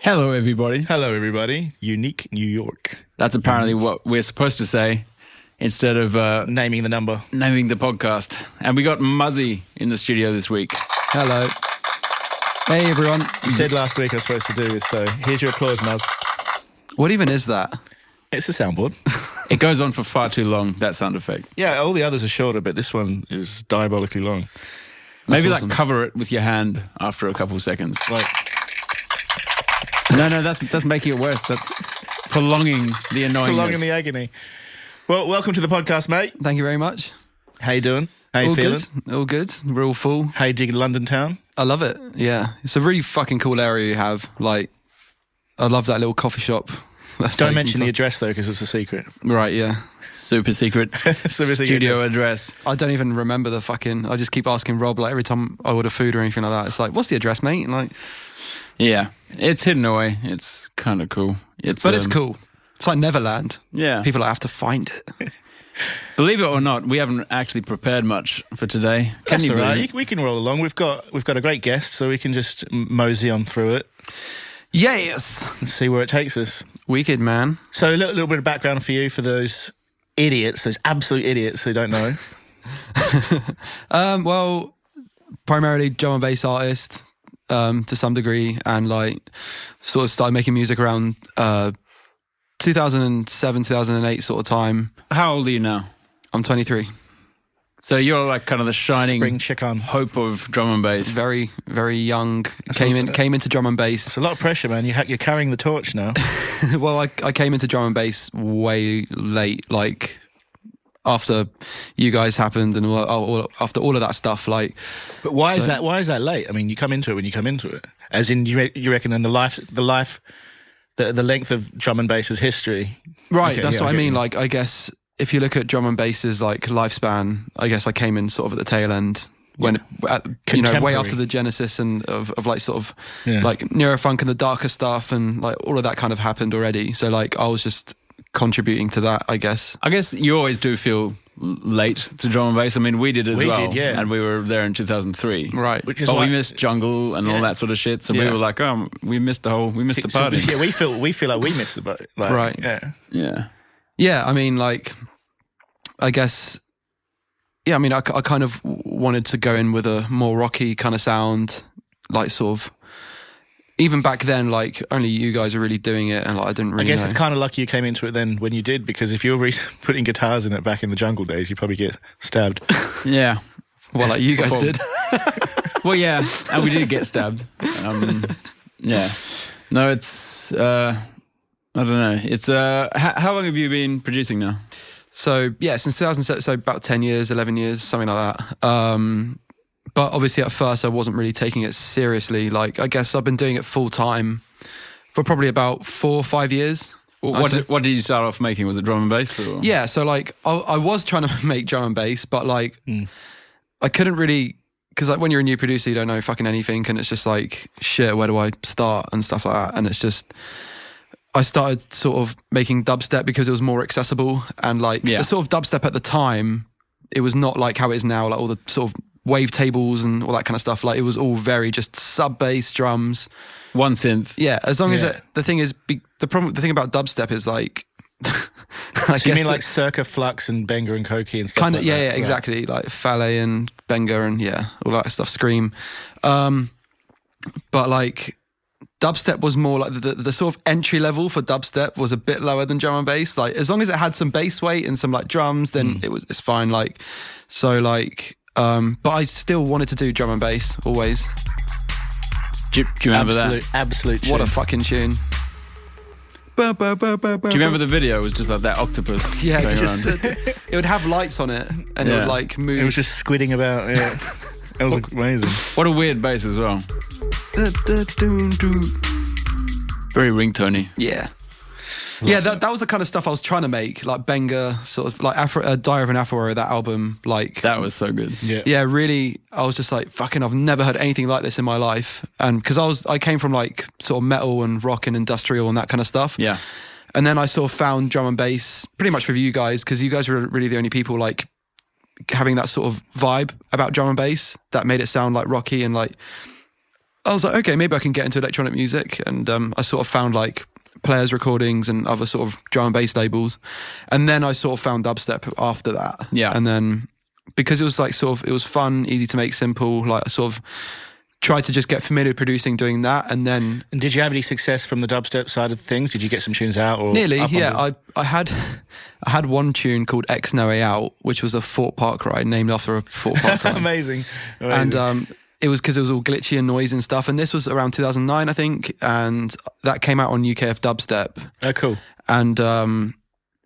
Hello, everybody. Hello, everybody. Um, Unique New York. That's apparently what we're supposed to say instead of uh, Naming the number. naming the podcast. And we got Muzzy in the studio this week. Hello. Hey, everyone. You said last week I was supposed to do this, so here's your applause, Muzz. What even is that? It's a soundboard. It goes on for far too long, that sound effect. yeah, all the others are shorter, but this one is diabolically long. Maybe awesome. like cover it with your hand after a couple seconds. Like, No, no, that's that's making it worse. That's prolonging the annoying. prolonging the agony. Well, welcome to the podcast, mate. Thank you very much. How you doing? How you all feeling? good. All good. We're all full. How you digging London town? I love it. Yeah. It's a really fucking cool area you have. Like, I love that little coffee shop. That's Don't like- mention the address, though, because it's a secret. Right, yeah. super secret Super secret studio address. address. I don't even remember the fucking. I just keep asking Rob, like, every time I order food or anything like that. It's like, what's the address, mate? And like, Yeah, it's hidden away. It's kind of cool. It's but it's um, cool. It's like Neverland. Yeah, People like, have to find it. Believe it or not, we haven't actually prepared much for today. Can That's you all right. believe You- We can roll along. We've got we've got a great guest, so we can just m- mosey on through it Yes. and see where it takes us. Wicked, man. So a little, little bit of background for you for those idiots, those absolute idiots who don't know. Um, well, primarily drum and bass artist um, to some degree, and like sort of started making music around uh, 2007, 2008 sort of time. it? How old are you now? I'm 23. So you're like kind of the shining Spring chicken. hope of drum and bass. Very, very young. Came in, came into drum and bass. It's a lot of pressure, man. You ha- you're carrying the torch now. well, I, I came into drum and bass way late, like after you guys happened and all, all, after all of that stuff. Like, But why is So- that? Why is that late? I mean, you come into it when you come into it. As in, you re- you reckon in the life, the life, the the length of drum and bass's history. Right, Okay, that's yeah, what I I get mean. you. Like, I guess if you look at drum and bass's like lifespan, I guess I came in sort of at the tail end when at, you know way Contemporary. after the genesis and of, of like sort of Yeah. like neurofunk and the darker stuff and like all of that kind of happened already. So like I was just contributing to that, I guess. I guess you always do feel l- late to drum and bass. I mean, we did as We well. did, yeah. And we were there in 2003. Right. Which is But why we missed jungle and all that sort of shit. So we Yeah. were like, oh, we missed the whole, we missed the so- party. yeah, we feel we feel like we missed the boat. Like, Right. Yeah. yeah. Yeah, I mean, like, I guess, yeah, I mean, I, I kind of wanted to go in with a more rocky kind of sound, like, sort of, even back then, like, only you guys are really doing it, and like, I I didn't really. guess know. it's kind of lucky you came into it then when you did, because if you were re- putting guitars in it back in the jungle days, you probably get stabbed. Yeah. well, like you guys Cool. did. Well, yeah. And we did get stabbed. Um, yeah. No, it's, uh, I don't know. It's, uh, h- how long have you been producing now? So yeah, since 2007, so about 10 years, 11 years, something like that. Um, but obviously at first I wasn't really taking it seriously. Like, I guess I've been doing it full time for probably about four or five years. What, what, did, what did you start off making? Was it drum and bass? Or? Yeah, so like I, I was trying to make drum and bass, but like Hmm. I couldn't really because like when you're a new producer, you don't know fucking anything, and it's just like shit. Where do I start and stuff like that? And it's just I started sort of making dubstep because it was more accessible and like Yeah. the sort of dubstep at the time, it was not like how it is now, like all the sort of wave tables and all that kind of stuff. Like it was all very just sub bass drums. One synth. Yeah, as long as Yeah. it, the thing is be, the problem. The thing about dubstep is like. I So you mean the- like Circa Flux and Benga and Koki and stuff? kind of like yeah that? yeah Right. exactly like Fale and Benga and yeah all that stuff Scream um but like dubstep was more like the, the sort of entry level for dubstep was a bit lower than drum and bass like as long as it had some bass weight and some like drums then it was it's fine like so like um but I still wanted to do drum and bass always Do, you- do you remember Absolute, that? absolute. what a tune. fucking tune Ba, ba, ba, ba, ba, Do you remember the video? It was just like that octopus. yeah going just, around. it would have lights on it and it Yeah. would like move It was just squidding about. Yeah, that was amazing. what a weird bass as well. Da, da, doo, doo. Very ringtony. Yeah. yeah, that, that was the kind of stuff I was trying to make, like Benga, sort of like Afro, uh, Dire of an Afro, Warrior, that album. Like, That was so good. Yeah. yeah, really, I was just like, fucking, I've never heard anything like this in my life. And because I was, I came from like sort of metal and rock and industrial and that kind of stuff. Yeah. And then I sort of found drum and bass pretty much with you guys because you guys were really the only people like having that sort of vibe about drum and bass that made it sound like rocky and like I was like, okay, maybe I can get into electronic music, and um, I sort of found like players recordings and other sort of drum and bass labels, and then I sort of found dubstep after that. Yeah. and then because it was like sort of it was fun, easy to make, simple. Like I sort of tried to just get familiar with producing, doing that, and then And did you have any success from the dubstep side of things? Did you get some tunes out? Or Nearly, up on yeah. the- I, I had I had one tune called X No Way Out, which was a Fort Park ride named after a Fort Park ride. amazing. amazing. and um, it was because it was all glitchy and noise and stuff. And this was around 2009, I think. And that came out on UKF Dubstep. oh, cool. And um,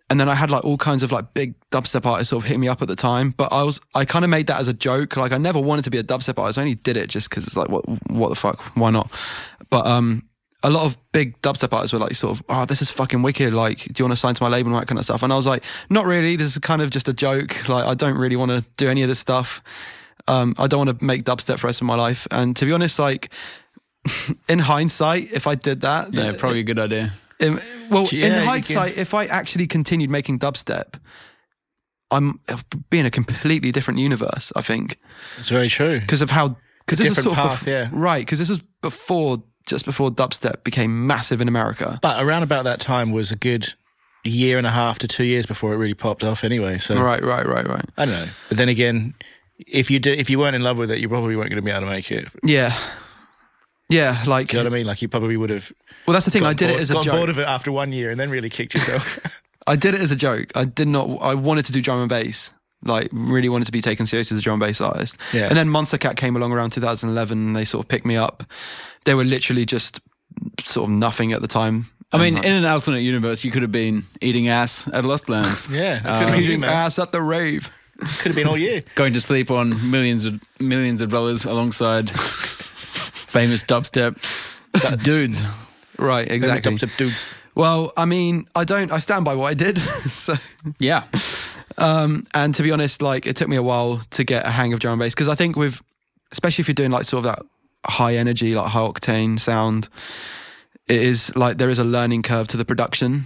and then I had like all kinds of like big dubstep artists sort of hit me up at the time. But I was I kind of made that as a joke. Like I never wanted to be a dubstep artist. I only did it just because it's like what what the fuck? Why not? But um, a lot of big dubstep artists were like sort of oh this is fucking wicked. Like do you want to sign to my label and all that kind of stuff? And I was like not really. This is kind of just a joke. Like I don't really want to do any of this stuff. Um, I don't want to make dubstep for the rest of my life. And to be honest, like in hindsight, if I did that, Yeah, then- probably a good idea. um, well, Yeah, you in can- hindsight, if I actually continued making dubstep, I'm uh, being a completely different universe, I think, It's very true. because of how because this was different sort of path, yeah. right because this was before just before dubstep became massive in America. But around about that time was a good year and a half to two years before it really popped off. Anyway, so Right, right, right, right. I don't know. But then again, if you did, if you weren't in love with it, you probably weren't going to be able to make it. Yeah, yeah. Like, Do you know well, what I mean? Like you probably would have. that's the thing. I gotten did bored, it as a gotten bored joke. of it after one year and then really kicked yourself. I did it as a joke. I did not. I wanted to do drum and bass. Like, really wanted to be taken seriously as a drum and bass artist. Yeah. And then Monster Cat came along around 2011. And they sort of picked me up. They were literally just sort of nothing at the time. I mean, in an alternate universe, you could have been eating ass at Lost Lands. yeah, it could Um, have been you, Eating man. ass at the rave. Could have been all you. going to sleep on millions of millions of dollars alongside famous dubstep dudes. Right, exactly. Dubstep dudes. Well, I mean, I don't. I stand by what I did. so, Yeah, um, and to be honest, like it took me a while to get a hang of drum and bass because I think with, especially if you're doing like sort of that high energy, like high octane sound, it is like there is a learning curve to the production.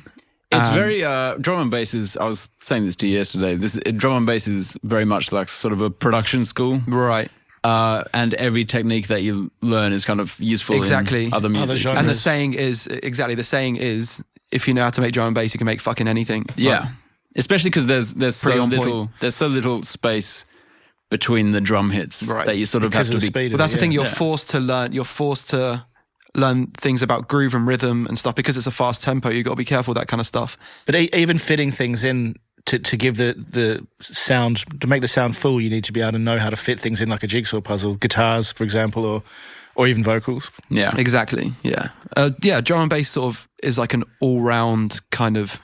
it's very uh, drum and bass is. I was saying this to you yesterday. This uh, drum and bass is very much like sort of a production school, Right. uh, and every technique that you learn is kind of useful Exactly. in other music. genres. And the Yes. saying is exactly the saying is if you know how to make drum and bass, you can make fucking anything. yeah, Like, especially because there's there's Pretty so on point. little there's so little space between the drum hits Right. that you sort of Because have of to the be speed. Well, that's the thing. You're Yeah. forced to learn. You're forced to learn things about groove and rhythm and stuff because it's a fast tempo. You got to be careful with that kind of stuff. But e- even fitting things in to, to give the, the sound, to make the sound full, you need to be able to know how to fit things in like a jigsaw puzzle. Guitars, for example, or, or even vocals. yeah. Exactly. Yeah. Uh, yeah. Drum and bass sort of is like an all-round kind of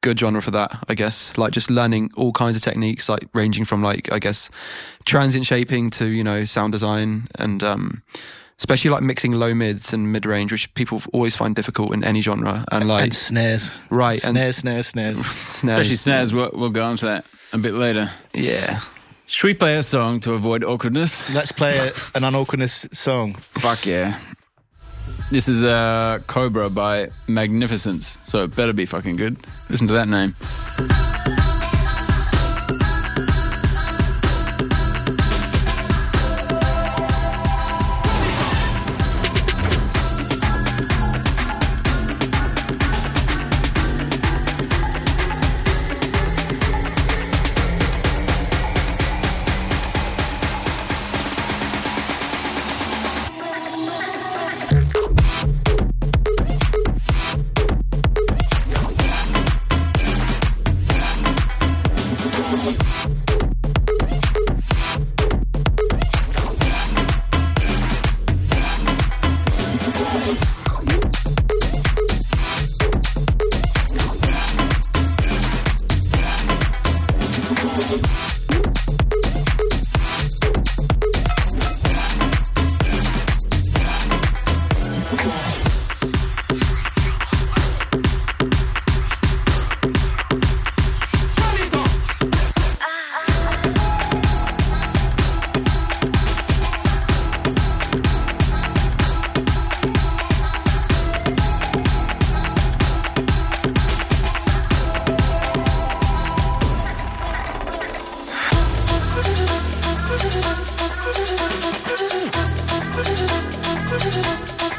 good genre for that, I guess. Like just learning all kinds of techniques, like ranging from like I guess transient shaping to you know sound design and um, especially like mixing low mids and mid range, which people always find difficult in any genre. And like And snares. right and Snares, snares, snares. snares. Especially snares. We'll, we'll go on to that a bit later. Yeah. Should we play a song to avoid awkwardness? Let's play a, an unawkwardness song. Fuck yeah. This is uh, Cobra by Magnificence, so it better be fucking good. Listen to that name.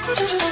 Thank you.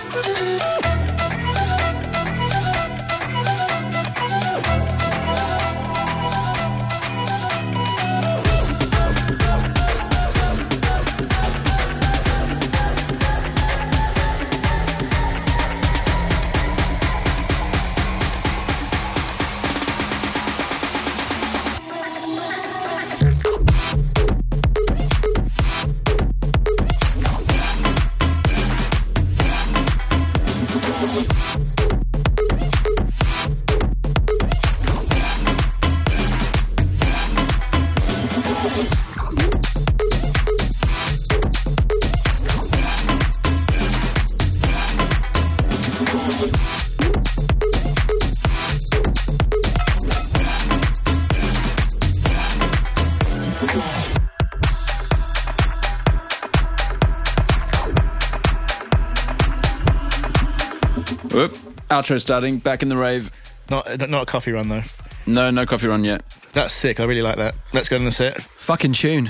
Whoop. Outro starting. Back in the rave. Not not a coffee run though. No, no coffee run yet. That's sick. I really like that. Let's go to the set. Fucking tune.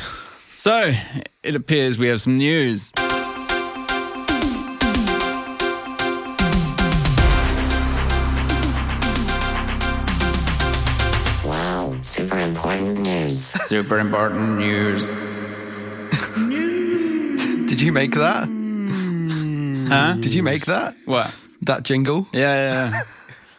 So it appears we have some news. Wow, super important news. Super important news. Did you make that? Huh? Did you make that? What? That jingle? Yeah, yeah, yeah.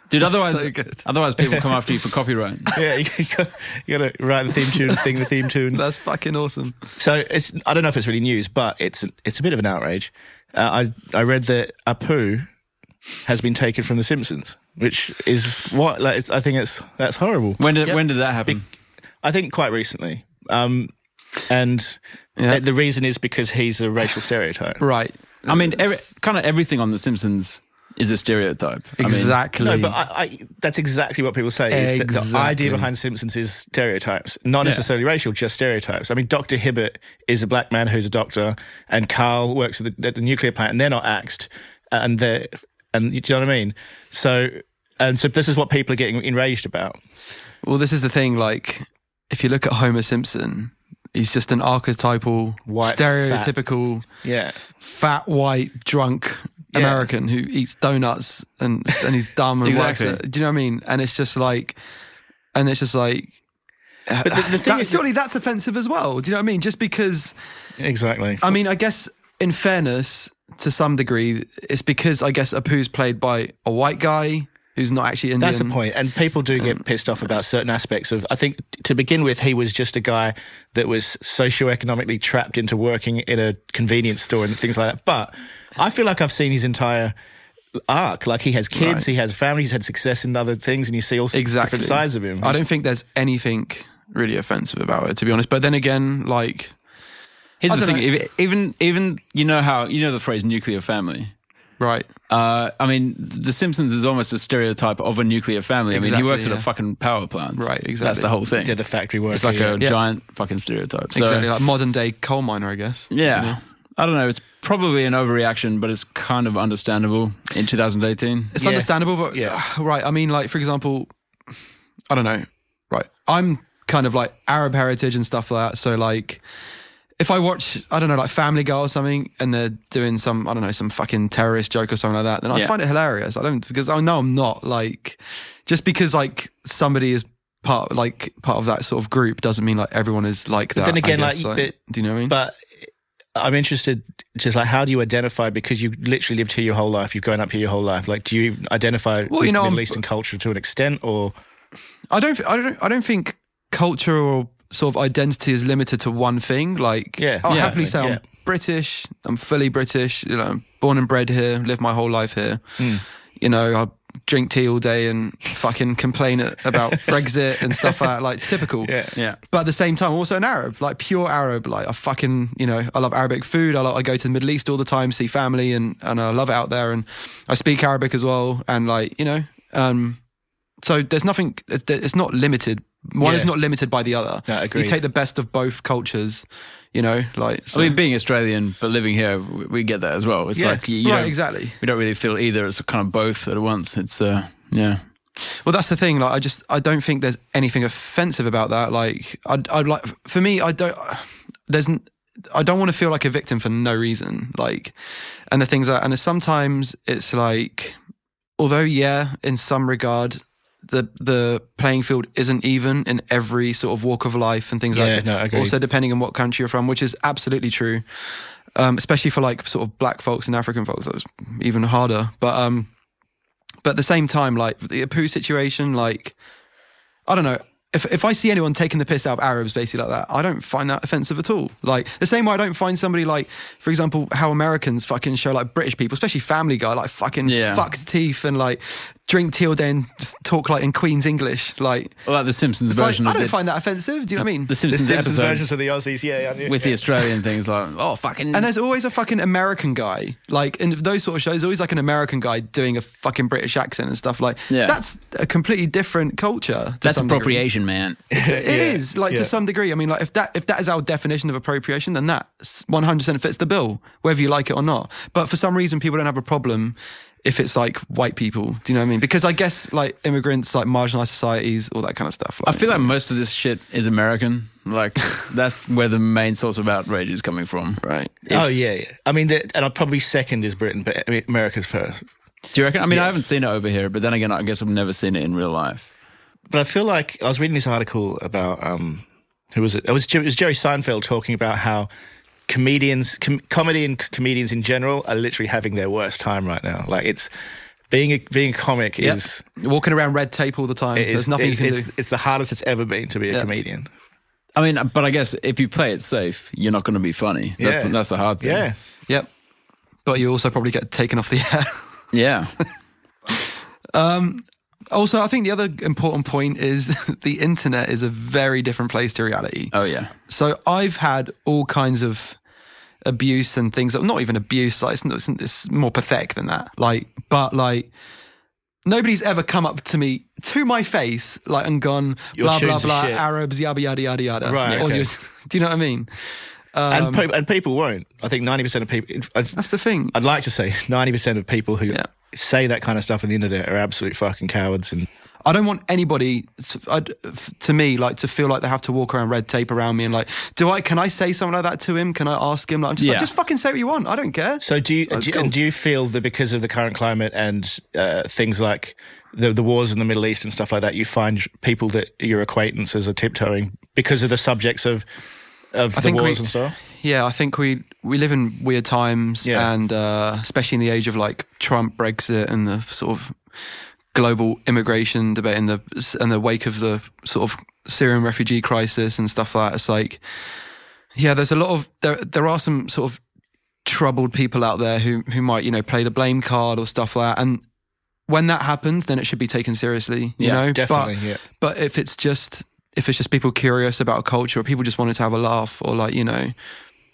Dude, otherwise, so good. otherwise people come after you for copyright. Yeah, you got, you got to write the theme tune, sing the theme tune. That's fucking awesome. So it's I don't know if it's really news, but it's it's a bit of an outrage. Uh, I I read that Apu has been taken from The Simpsons, which is what like it's, I think it's that's horrible. When did Yep. when did that happen? I think quite recently, um, and Yeah. uh, the reason is because he's a racial stereotype. Right. I mean, every, kind of everything on The Simpsons is a stereotype. I mean, Exactly. No, but I, I, that's exactly what people say. Is that the Exactly. idea behind Simpsons is stereotypes, not necessarily racial, just stereotypes. I mean, Doctor Hibbert is a black man who's a doctor, and Carl works at the, at the nuclear plant, and they're not axed, and they and do you know what I mean? So, and so this is what people are getting enraged about. well, this is the thing. Like, if you look at Homer Simpson, he's just an archetypal, White, stereotypical, Yeah, fat. white, drunk Yeah. American who eats donuts and and he's dumb and Exactly. works. At, do you know what I mean? And it's just like, and it's just like. the thing that- is- surely that's offensive as well. Do you know what I mean? Just because exactly. I mean, I guess in fairness, to some degree, it's because I guess Apu's played by a white guy who's not actually Indian. That's the point. And people do um, get pissed off about certain aspects of. I think to begin with, he was just a guy that was socioeconomically trapped into working in a convenience store and things like that. But I feel like I've seen his entire arc. Like he has kids, Right. he has families, he's had success in other things, and you see all sorts of Exactly. different sides of him. I don't think there's anything really offensive about it, to be honest. But then again, like here's I the don't thing: if- even even you know how you know the phrase "nuclear family." right, Uh, I mean, The Simpsons is almost a stereotype of a nuclear family. I mean, he Exactly, works at yeah. a fucking power plant. Right, That's exactly. the whole thing. Yeah, the factory work. it's like a Yeah. giant fucking stereotype. So, exactly like modern day coal miner, I guess. Yeah. I don't know. It's probably an overreaction, but it's kind of understandable in 2018. It's Yeah. understandable, but Yeah. right. I mean, like for example, I don't know. Right, I'm kind of like Arab heritage and stuff like that. So like, if I watch, I don't know, like Family Guy or something, and they're doing some, I don't know, some fucking terrorist joke or something like that, then I Yeah. find it hilarious. I don't because I know I'm not like just because like somebody is part like part of that sort of group doesn't mean like everyone is like that. then I again, guess, like, but- do you know what I mean? But I'm interested, just like how do you identify? Because you literally lived here your whole life. You've grown up here your whole life. Like, do you identify Well, with you know, Middle I'm- Eastern culture to an extent, or I don't, I don't, I don't think culture or sort of identity is limited to one thing. Like, Yeah, I'll yeah, happily say yeah. I'm British. I'm fully British. You know, I'm born and bred here. Live my whole life here. Hmm. You know, I drink tea all day and fucking complain a- about Brexit and stuff like that. Like typical. Yeah. Yeah. But at the same time, I'm also an Arab, like pure Arab. Like I fucking, you know, I love Arabic food. I, like, I go to the Middle East all the time, see family, and and I love it out there. And I speak Arabic as well. And like, you know, um, so there's nothing. it- It's not limited. One Yeah. is not limited by the other. No, you agreed. take the best of both cultures. You know, like so. I mean, being Australian but living here, we we get that as well. It's Yeah. like you, you right, don't- exactly. we don't really feel either. It's kind of both at once. It's uh, yeah, Well, that's the thing. Like, I just I don't think there's anything offensive about that. Like, I'd, I'd like for me, I don't. There's n- I don't want to feel like a victim for no reason. Like, and the things that, and sometimes it's like, although yeah, in some regard, the the playing field isn't even in every sort of walk of life and things Yeah, like that. no, agreed. also, depending on what country you're from, which is absolutely true. Um, especially for like sort of black folks and African folks, that was even harder. But um, but at the same time, like the Apu situation, like I don't know. If, if I see anyone taking the piss out of Arabs, basically like that, I don't find that offensive at all. Like the same way I don't find somebody like, for example, how Americans fucking show like British people, especially Family Guy, like fucking Yeah. fucked teeth and like drink tea all day and just talk like in Queen's English. Like, Well, like the Simpsons it's like version. I of don't the, find that offensive. Do you know what I mean? the The Simpsons, Simpsons episode versions of the Aussies, yeah, yeah, with yeah. the Australian things like, oh fucking. And there's always a fucking American guy, like in those sort of shows, there's always like an American guy doing a fucking British accent and stuff. Like, Yeah. that's a completely different culture. To that's some degree. appropriation, man. It is like yeah. to some degree. I mean, like if that if that is our definition of appropriation, then that 100 percent fits the bill, whether you like it or not. But for some reason, people don't have a problem if it's like white people. Do you know what I mean? Because I guess like immigrants, like marginalized societies, all that kind of stuff. I Like, feel like most of this shit is American. Like that's where the main source of outrage is coming from. right. oh yeah, yeah. I mean, the, and I'll probably second is Britain, but I mean, America's first. Do you reckon? I mean, I haven't seen it over here, but then again, I guess I've never seen it in real life. But I feel like I was reading this article about um, who was it? It was, Jer- it was Jerry Seinfeld talking about how comedians, com- comedy and c- comedians in general, are literally having their worst time right now. Like it's being a, being a comic Yep. is. Walking around red tape all the time. It There's is, nothing it's, you can it's, do. it's the hardest it's ever been to be a Yeah. comedian. I mean, but I guess if you play it safe, you're not going to be funny. That's, Yeah. the, that's the hard thing. Yeah. Yep. But you also probably get taken off the air. Yeah. also, I think the other important point is the internet is a very different place to reality. Oh, yeah. So I've had all kinds of abuse and things. Not even abuse. Like it's, it's, it's more pathetic than that. Like, but like nobody's ever come up to me to my face like and gone Your blah blah tunes are blah shit. Arabs yada yada yada yada. Right, Or okay. you- do you know what I mean? and, Um, pe- and people won't. I think 90% of people, I'd, That's the thing. I'd like to say 90% of people who Yeah. say that kind of stuff on the internet are absolute fucking cowards. And I don't want anybody to, I'd- f- to me like to feel like they have to walk around red tape around me and like, do I? Can I say something like that to him? Can I ask him? Like, I'm just like, Yeah. just fucking say what you want. I don't care. so do you, That's do, you- cool. and do you feel that because of the current climate and uh, things like the, the wars in the Middle East and stuff like that, you find people that your acquaintances are tiptoeing because of the subjects of, of the think wars we- and stuff? Yeah, I think we we live in weird times, Yeah. and uh, especially in the age of like Trump, Brexit, and the sort of global immigration debate in the in the wake of the sort of Syrian refugee crisis and stuff like that. It's like, yeah, there's a lot of there. There are some sort of troubled people out there who who might you know play the blame card or stuff like that, and when that happens, then it should be taken seriously. You Yeah, know, But- definitely, yeah. but if it's just if it's just people curious about a culture or people just wanted to have a laugh or like you know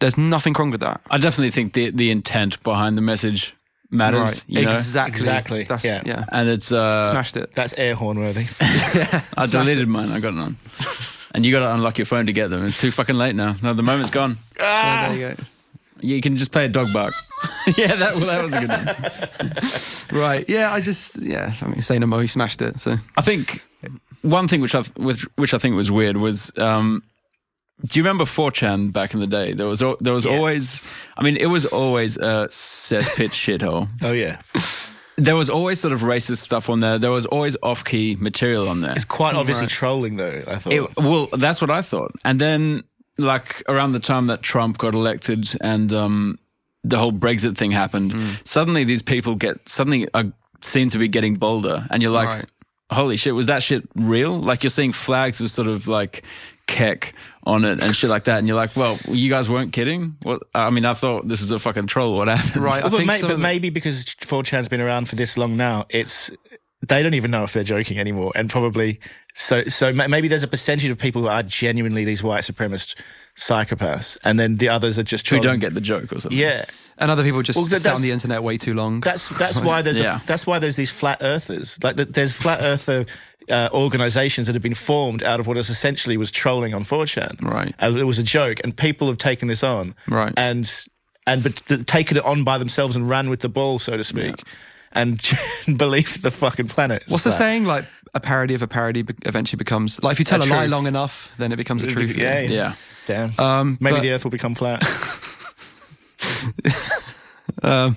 there's nothing wrong with that I definitely think the, the intent behind the message matters. you know? exactly Exactly, that's yeah. yeah, And it's. Uh, smashed it That's air horn worthy. I Smashed deleted mine. I got none. and you got to unlock your phone to get them. It's too fucking late now. No, the moment's gone. Yeah, there you You can just play a dog bark. yeah, that, well, that was a good one. go. right yeah I just yeah I mean saying no more he smashed it so I think one thing which I which, which I think was weird was um, do you remember 4chan back in the day? There was al- there was always I mean it was always a cesspit shithole. Oh, yeah. There was always sort of racist stuff on there. There was always off key material on there. Quite obviously trolling, though, I thought. It, well, that's what I thought. And then, like around the time that Trump got elected and um, the whole Brexit thing happened, Hmm. suddenly these people get suddenly are, seem to be getting bolder, and you're like, Right. "Holy shit, was that shit real?" Like you're seeing flags with sort of like keck on it and shit like that, and you're like, "Well, you guys weren't kidding." Well, I mean, I thought this was a fucking troll. What happened? right I Well, but, think may, some but of the- maybe because 4chan's been around for this long now, it's they don't even know if they're joking anymore, and probably so. So ma- maybe there's a percentage of people who are genuinely these white supremacist psychopaths, and then the others are just Who don't trolling. get the joke or something? Yeah, and other people just Well, that- sat that's- on the internet way too long that's that's why there's Yeah. a, that's why there's these flat earthers. Like th- there's flat earther. Uh, organizations that have been formed out of what is essentially was trolling on 4chan. Right. And it was a joke, and people have taken this on. Right. And and but th- taken it on by themselves and ran with the ball, so to speak, and believed the fucking planet. It's what's the like- saying like a parody of a parody be- eventually becomes like if you tell A a, lie truth. long enough, then it becomes a truth. Yeah, yeah. Yeah. Damn. Um, Maybe but- the Earth will become flat. um,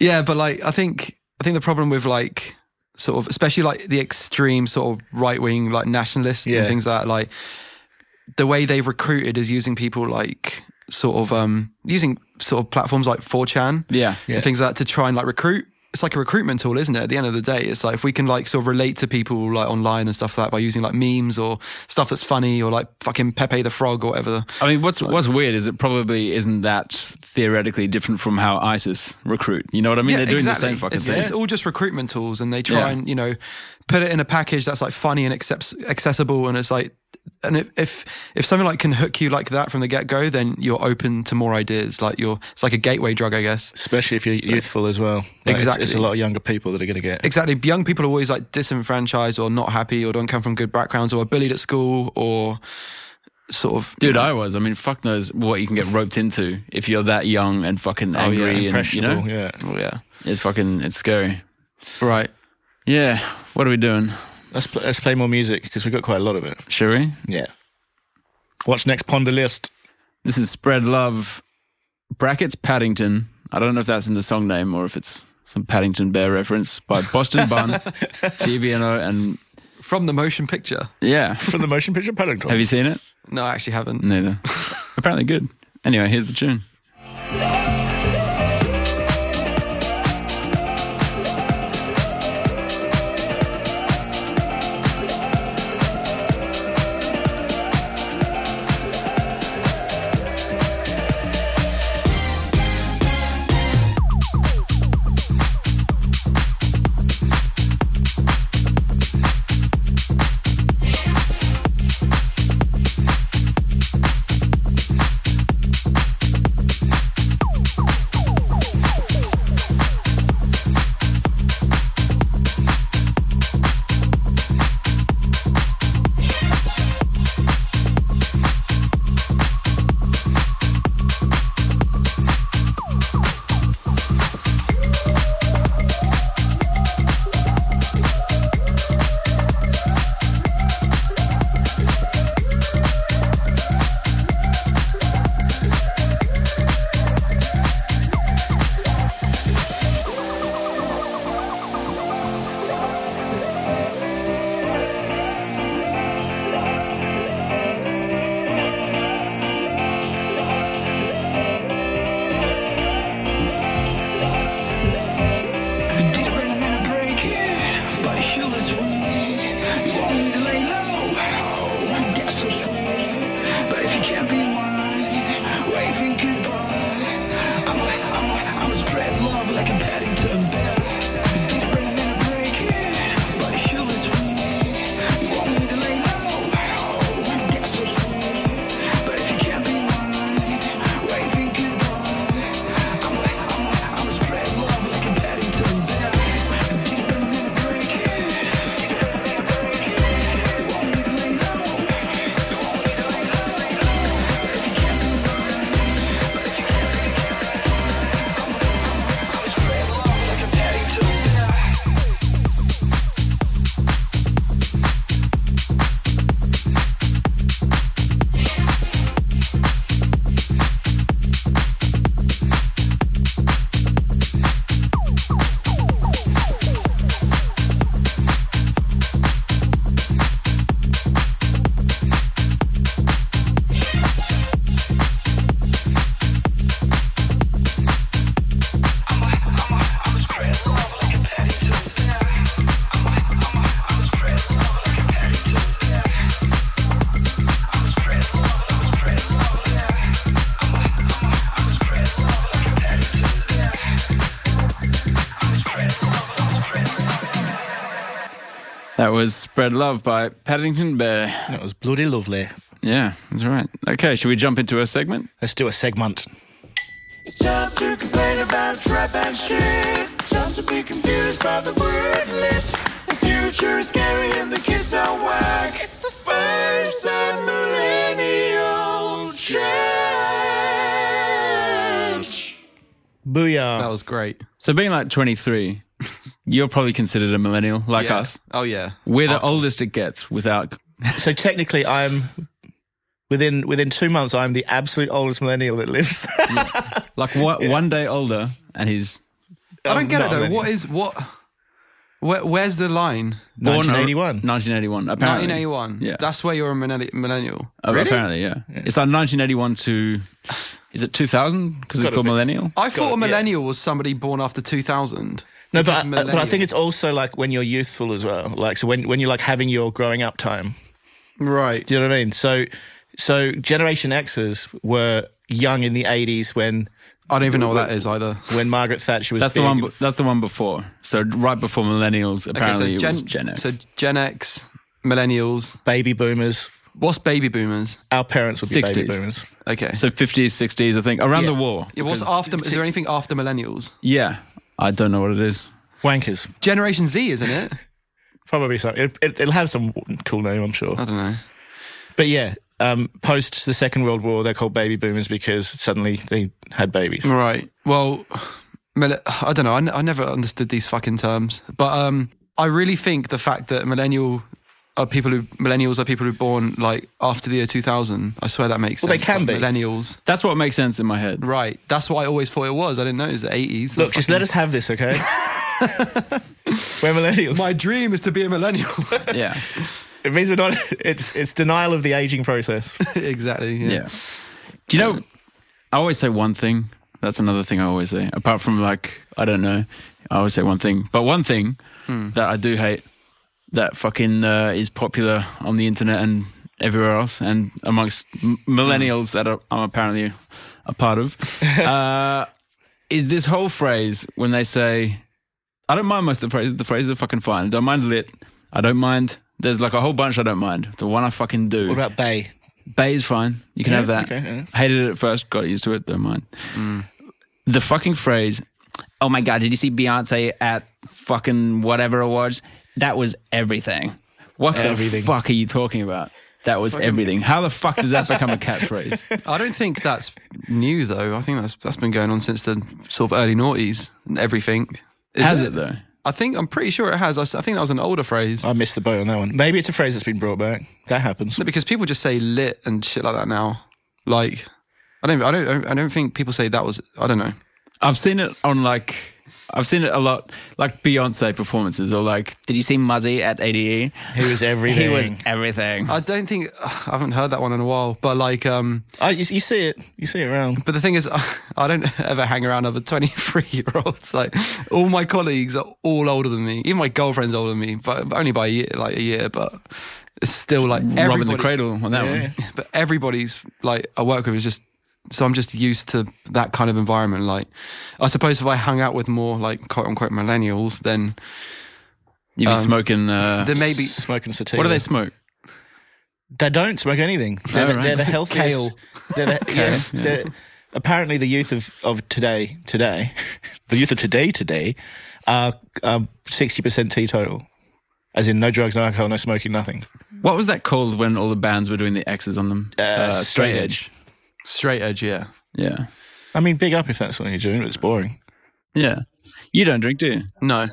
yeah, but like I think I think the problem with like sort of especially like the extreme sort of right wing like nationalists Yeah. and things like that like the way they've recruited is using people like sort of um using sort of platforms like 4chan Yeah. Yeah. and things like that to try and like recruit it's like a recruitment tool isn't it at the end of the day it's like if we can like sort of relate to people like online and stuff like that by using like memes or stuff that's funny or like fucking Pepe the Frog or whatever I mean, what's what's weird is it probably isn't that theoretically different from how ISIS recruit. You know what I mean? They're doing the same fucking it's, thing. it's all just recruitment tools, and they try Yeah. and you know put it in a package that's like funny and accepts, accessible, and it's like, and if, if if something like can hook you like that from the get go, then you're open to more ideas. Like you're, it's like a gateway drug, I guess. Especially if you're youthful as well. Like, it's- It's, Exactly. a lot of younger people that are going to get. Exactly. Young people are always like disenfranchised or not happy or don't come from good backgrounds or are bullied at school or sort of Dude, I was. I mean, fuck knows what you can get roped into if you're that young and fucking angry and you know, impressionable. Yeah. Oh, yeah. it's fucking it's scary. Right. Yeah. What are we doing? Let's, pl- let's play more music because we've got quite a lot of it. Shall we? Yeah. What's next, Ponder List? This is Spread Love, brackets Paddington. I don't know if that's in the song name or if it's some Paddington Bear reference by Boston Bun, DBNO, and From the motion picture. yeah. From the motion picture Paddington. Have you seen it? No, I actually haven't. Neither. Apparently good. Anyway, here's the tune. Did I really mean to break it? But you was weak. You want me to lay low? Oh, I guess I'm sweet. But if you can't be mine, waving goodbye. I'm a, I'm a, I'm a spread love like a Paddington bear. Did I really mean to break it? But you was weak. You want me to lay low? Oh, I guess I'm sweet. But if you can't be mine, waving goodbye. I'm a, I'm a, I'm a spread love like a Paddington bear. Deep in the break it. That was Spread Love by Paddington Bear. That was bloody lovely. Yeah, that's right. Okay, should we jump into a segment? Let's do a segment. It's time to complain about trap and shit. Time to be confused by the word lit. The future is scary and the kids are whack. It's the first millennial challenge. Booyah. That was great. So being like 23, You're probably considered a millennial, like yeah. us. Oh yeah. We're the oldest it gets without. So technically, I'm within within two months. I'm the absolute oldest millennial that lives. Like what, one day older, and he's I don't get it not though. millennial. What is what? Where, where's the line? born 1981. 1981. Apparently, 1981. Yeah. That's where you're a millenni- millennial. Uh, Apparently, yeah. It's like 1981 to. Is it 2000? Because it's gotta called be. millennial. I thought a yeah. millennial was somebody born after 2000. No, Because but I, but I millennial. think it's also like when you're youthful as well. Like so when when you're like having your growing up time. Right. Do you know what I mean? So so Generation X's were young in the 80s when I don't even know what that is either. when Margaret Thatcher was That's the big. one. be- That's the one before. So right before millennials, apparently it's it was Gen X. So Gen X, millennials. baby boomers. What's baby boomers? Our parents would be baby 60s. boomers. Okay. So 50s, 60s, I think, around the war. yeah, what's after? Is there anything after millennials? Yeah, I don't know what it is. Wankers. Generation Z, isn't it? Probably something. It, it, it'll have some cool name, I'm sure. I don't know. But yeah, um, post the Second World War, they're called baby boomers because suddenly they had babies. Right. Well, mil- I don't know. I, n- I never understood these fucking terms, but um, I really think the fact that millennial are people who millennials are people who were born like after the year 2000. I swear that makes Well, they sense. can like, be. millennials. That's what makes sense in my head. Right. That's what I always thought it was. I didn't know it was the 80s. Look, just let us have this, okay? We're millennials. My dream is to be a millennial. Yeah, It means we're not. It's it's denial of the aging process. exactly. Yeah. yeah. Do you know? I always say one thing. That's another thing I always say. Apart from like, I don't know. I always say one thing, but one thing that I do hate that fucking uh, is popular on the internet and everywhere else, and amongst m- millennials that are, I'm apparently a part of, uh, is this whole phrase when they say, "I don't mind most of the phrases. The phrases are fucking fine. I don't mind lit. I don't mind." There's like a whole bunch I don't mind. The one I fucking do. What about Bay? Bay is fine. You can Yeah, have that. okay, yeah. Hated it at first, got used to it, don't mind. The fucking phrase, oh my God, did you see Beyonce at fucking whatever awards? That was everything. What Everything. the fuck are you talking about? That was everything. How the fuck does that become a catchphrase? I don't think that's new though. I think that's that's been going on since the sort of early noughties and everything. Isn't Has it though? I think I'm pretty sure it has. I, s- I think that was an older phrase. I missed the boat on that one. Maybe it's a phrase that's been brought back. That happens. No, because people just say lit and shit like that now. Like, I don't, I don't, I don't think people say that was. I don't know. I've seen it on like I've seen it a lot, like Beyonce performances, or like, did you see Muzzy at ADE? He was He everything. was everything. Uh, I don't think I haven't heard that one in a while. But like, um, I, you, you see it. You see it around. but the thing is, I don't ever hang around other twenty-three-year-olds. Like, all my colleagues are all older than me. Even my girlfriend's older than me, but only by a year, like a year. But it's still like Robbing the everybody- cradle on that one. But everybody's like I work with is just so I'm just used to that kind of environment. Like, I suppose if I hung out with more like quote unquote millennials, then You'd be smoking. Uh, there may be Smoking sativa. what do they smoke? They don't smoke anything. Oh, They're, the, right. they're the healthiest. Kale. They're the, yeah, they're- apparently, the youth of, of today, today, the youth of today, today, are sixty percent teetotal, as in no drugs, no alcohol, no smoking, nothing. What was that called when all the bands were doing the X's on them? Uh, straight straight edge. Yeah. Yeah. I mean, big up if that's what you're doing, but it's boring. Yeah. You don't drink, do you? No,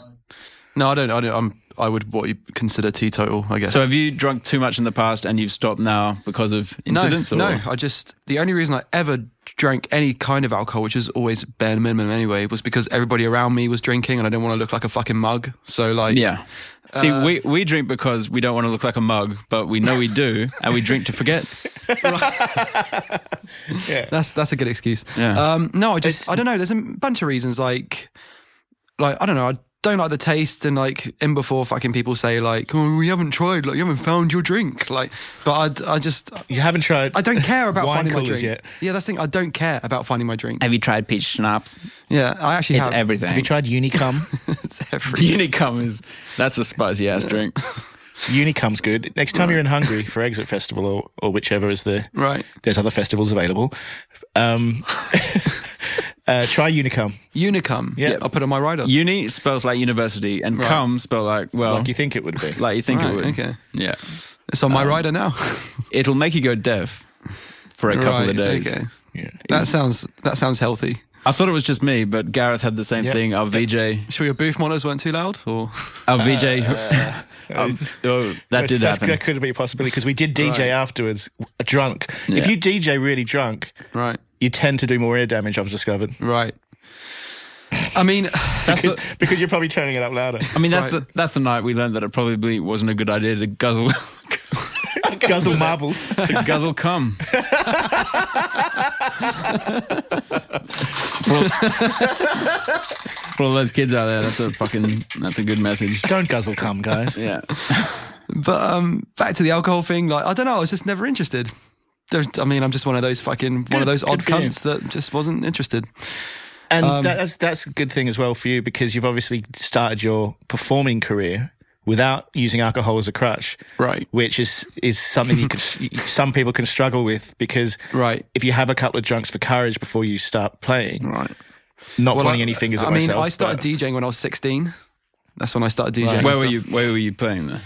no, I don't. I don't. I'm. I would what you consider teetotal, I guess. So have you drunk too much in the past and you've stopped now because of no, incidents? or? no. I just the only reason I ever drank any kind of alcohol, which is always bare minimum anyway, was because everybody around me was drinking, and I didn't want to look like a fucking mug. So like, Yeah. See, we, we drink because we don't want to look like a mug, but we know we do, and we drink to forget. That's that's a good excuse. Yeah. Um, no, I just I don't know. There's a bunch of reasons. Like, like I don't know. I don't like the taste, and like in before, fucking people say like, "Oh, we haven't tried. Like, you haven't found your drink." Like, but I, I just You haven't tried. I don't care about Wine finding my coolers yet. drink. Yeah, that's the thing. I don't care about finding my drink. Have you tried peach schnapps? Yeah, I actually It's have. Have you everything. tried Unicum? it's every. Unicum is that's a spicy ass drink. Unicum's good. Next time you're in Hungary for Exit Festival or, or whichever is the Right. There's other festivals available. Um, uh, try Unicum. Unicum. Yeah. I'll put on my rider. Uni spells like university, and cum spelled like well, Like you think it would be. like you think Right, it would. okay. Yeah. it's Oh. on my rider now. It'll make you go deaf for a couple Right, of days. Okay. Yeah. That sounds that sounds healthy. I thought it was just me, but Gareth had the same Yeah. thing. Oh, Our VJ, Sure, your booth monitors weren't too loud, or our VJ, Oh, um, oh, that That's- did that's- happen. That could have been a possibility because we did DJ afterwards, w- drunk. If Yeah. you DJ really drunk, right, you tend to do more ear damage. I've discovered right. I mean, because, because you're probably turning it up louder. I mean, that's Right. the that's the night we learned that it probably wasn't a good idea to guzzle Guzzle marbles. to guzzle cum. for, all, for all those kids out there, that's a fucking that's a good message. Don't guzzle cum, guys. Yeah, but um, back to the alcohol thing. Like, I don't know. I was just never interested. There, I mean, I'm just one of those fucking one of those odd for you. cunts that just wasn't interested. And Um, that, that's that's a good thing as well for you because you've obviously started your performing career without using alcohol as a crutch, Right. Which is is something you could some people can struggle with because Right. if you have a couple of drunks for courage before you start playing, Right. not Well, pointing I- any fingers at I mean, myself. I started but- DJing when I was 16. That's when I started DJing. Right. and where were stuff. you? Where were you playing there?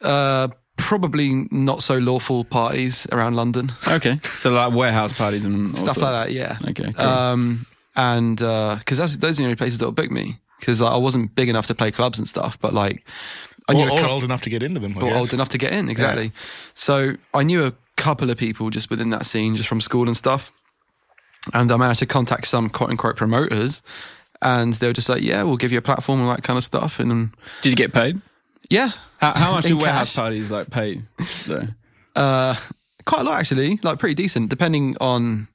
Uh, probably not so lawful parties around London, Okay, so like warehouse parties and all stuff sorts. like that. Yeah. Okay, cool. Um, and because that's those are the only places that will book me because I wasn't big enough to play clubs and stuff, but like I knew or, a or couple old enough to get into them. I or guess. old enough to get in exactly. So I knew a couple of people just within that scene, just from school and stuff. And I managed to contact some quote unquote promoters, and they were just like, "Yeah, we'll give you a platform and all that kind of stuff." And um, did you get paid? yeah, How, Uh, how much In do warehouse cash. parties like pay? Though? quite a lot actually, like pretty decent, depending on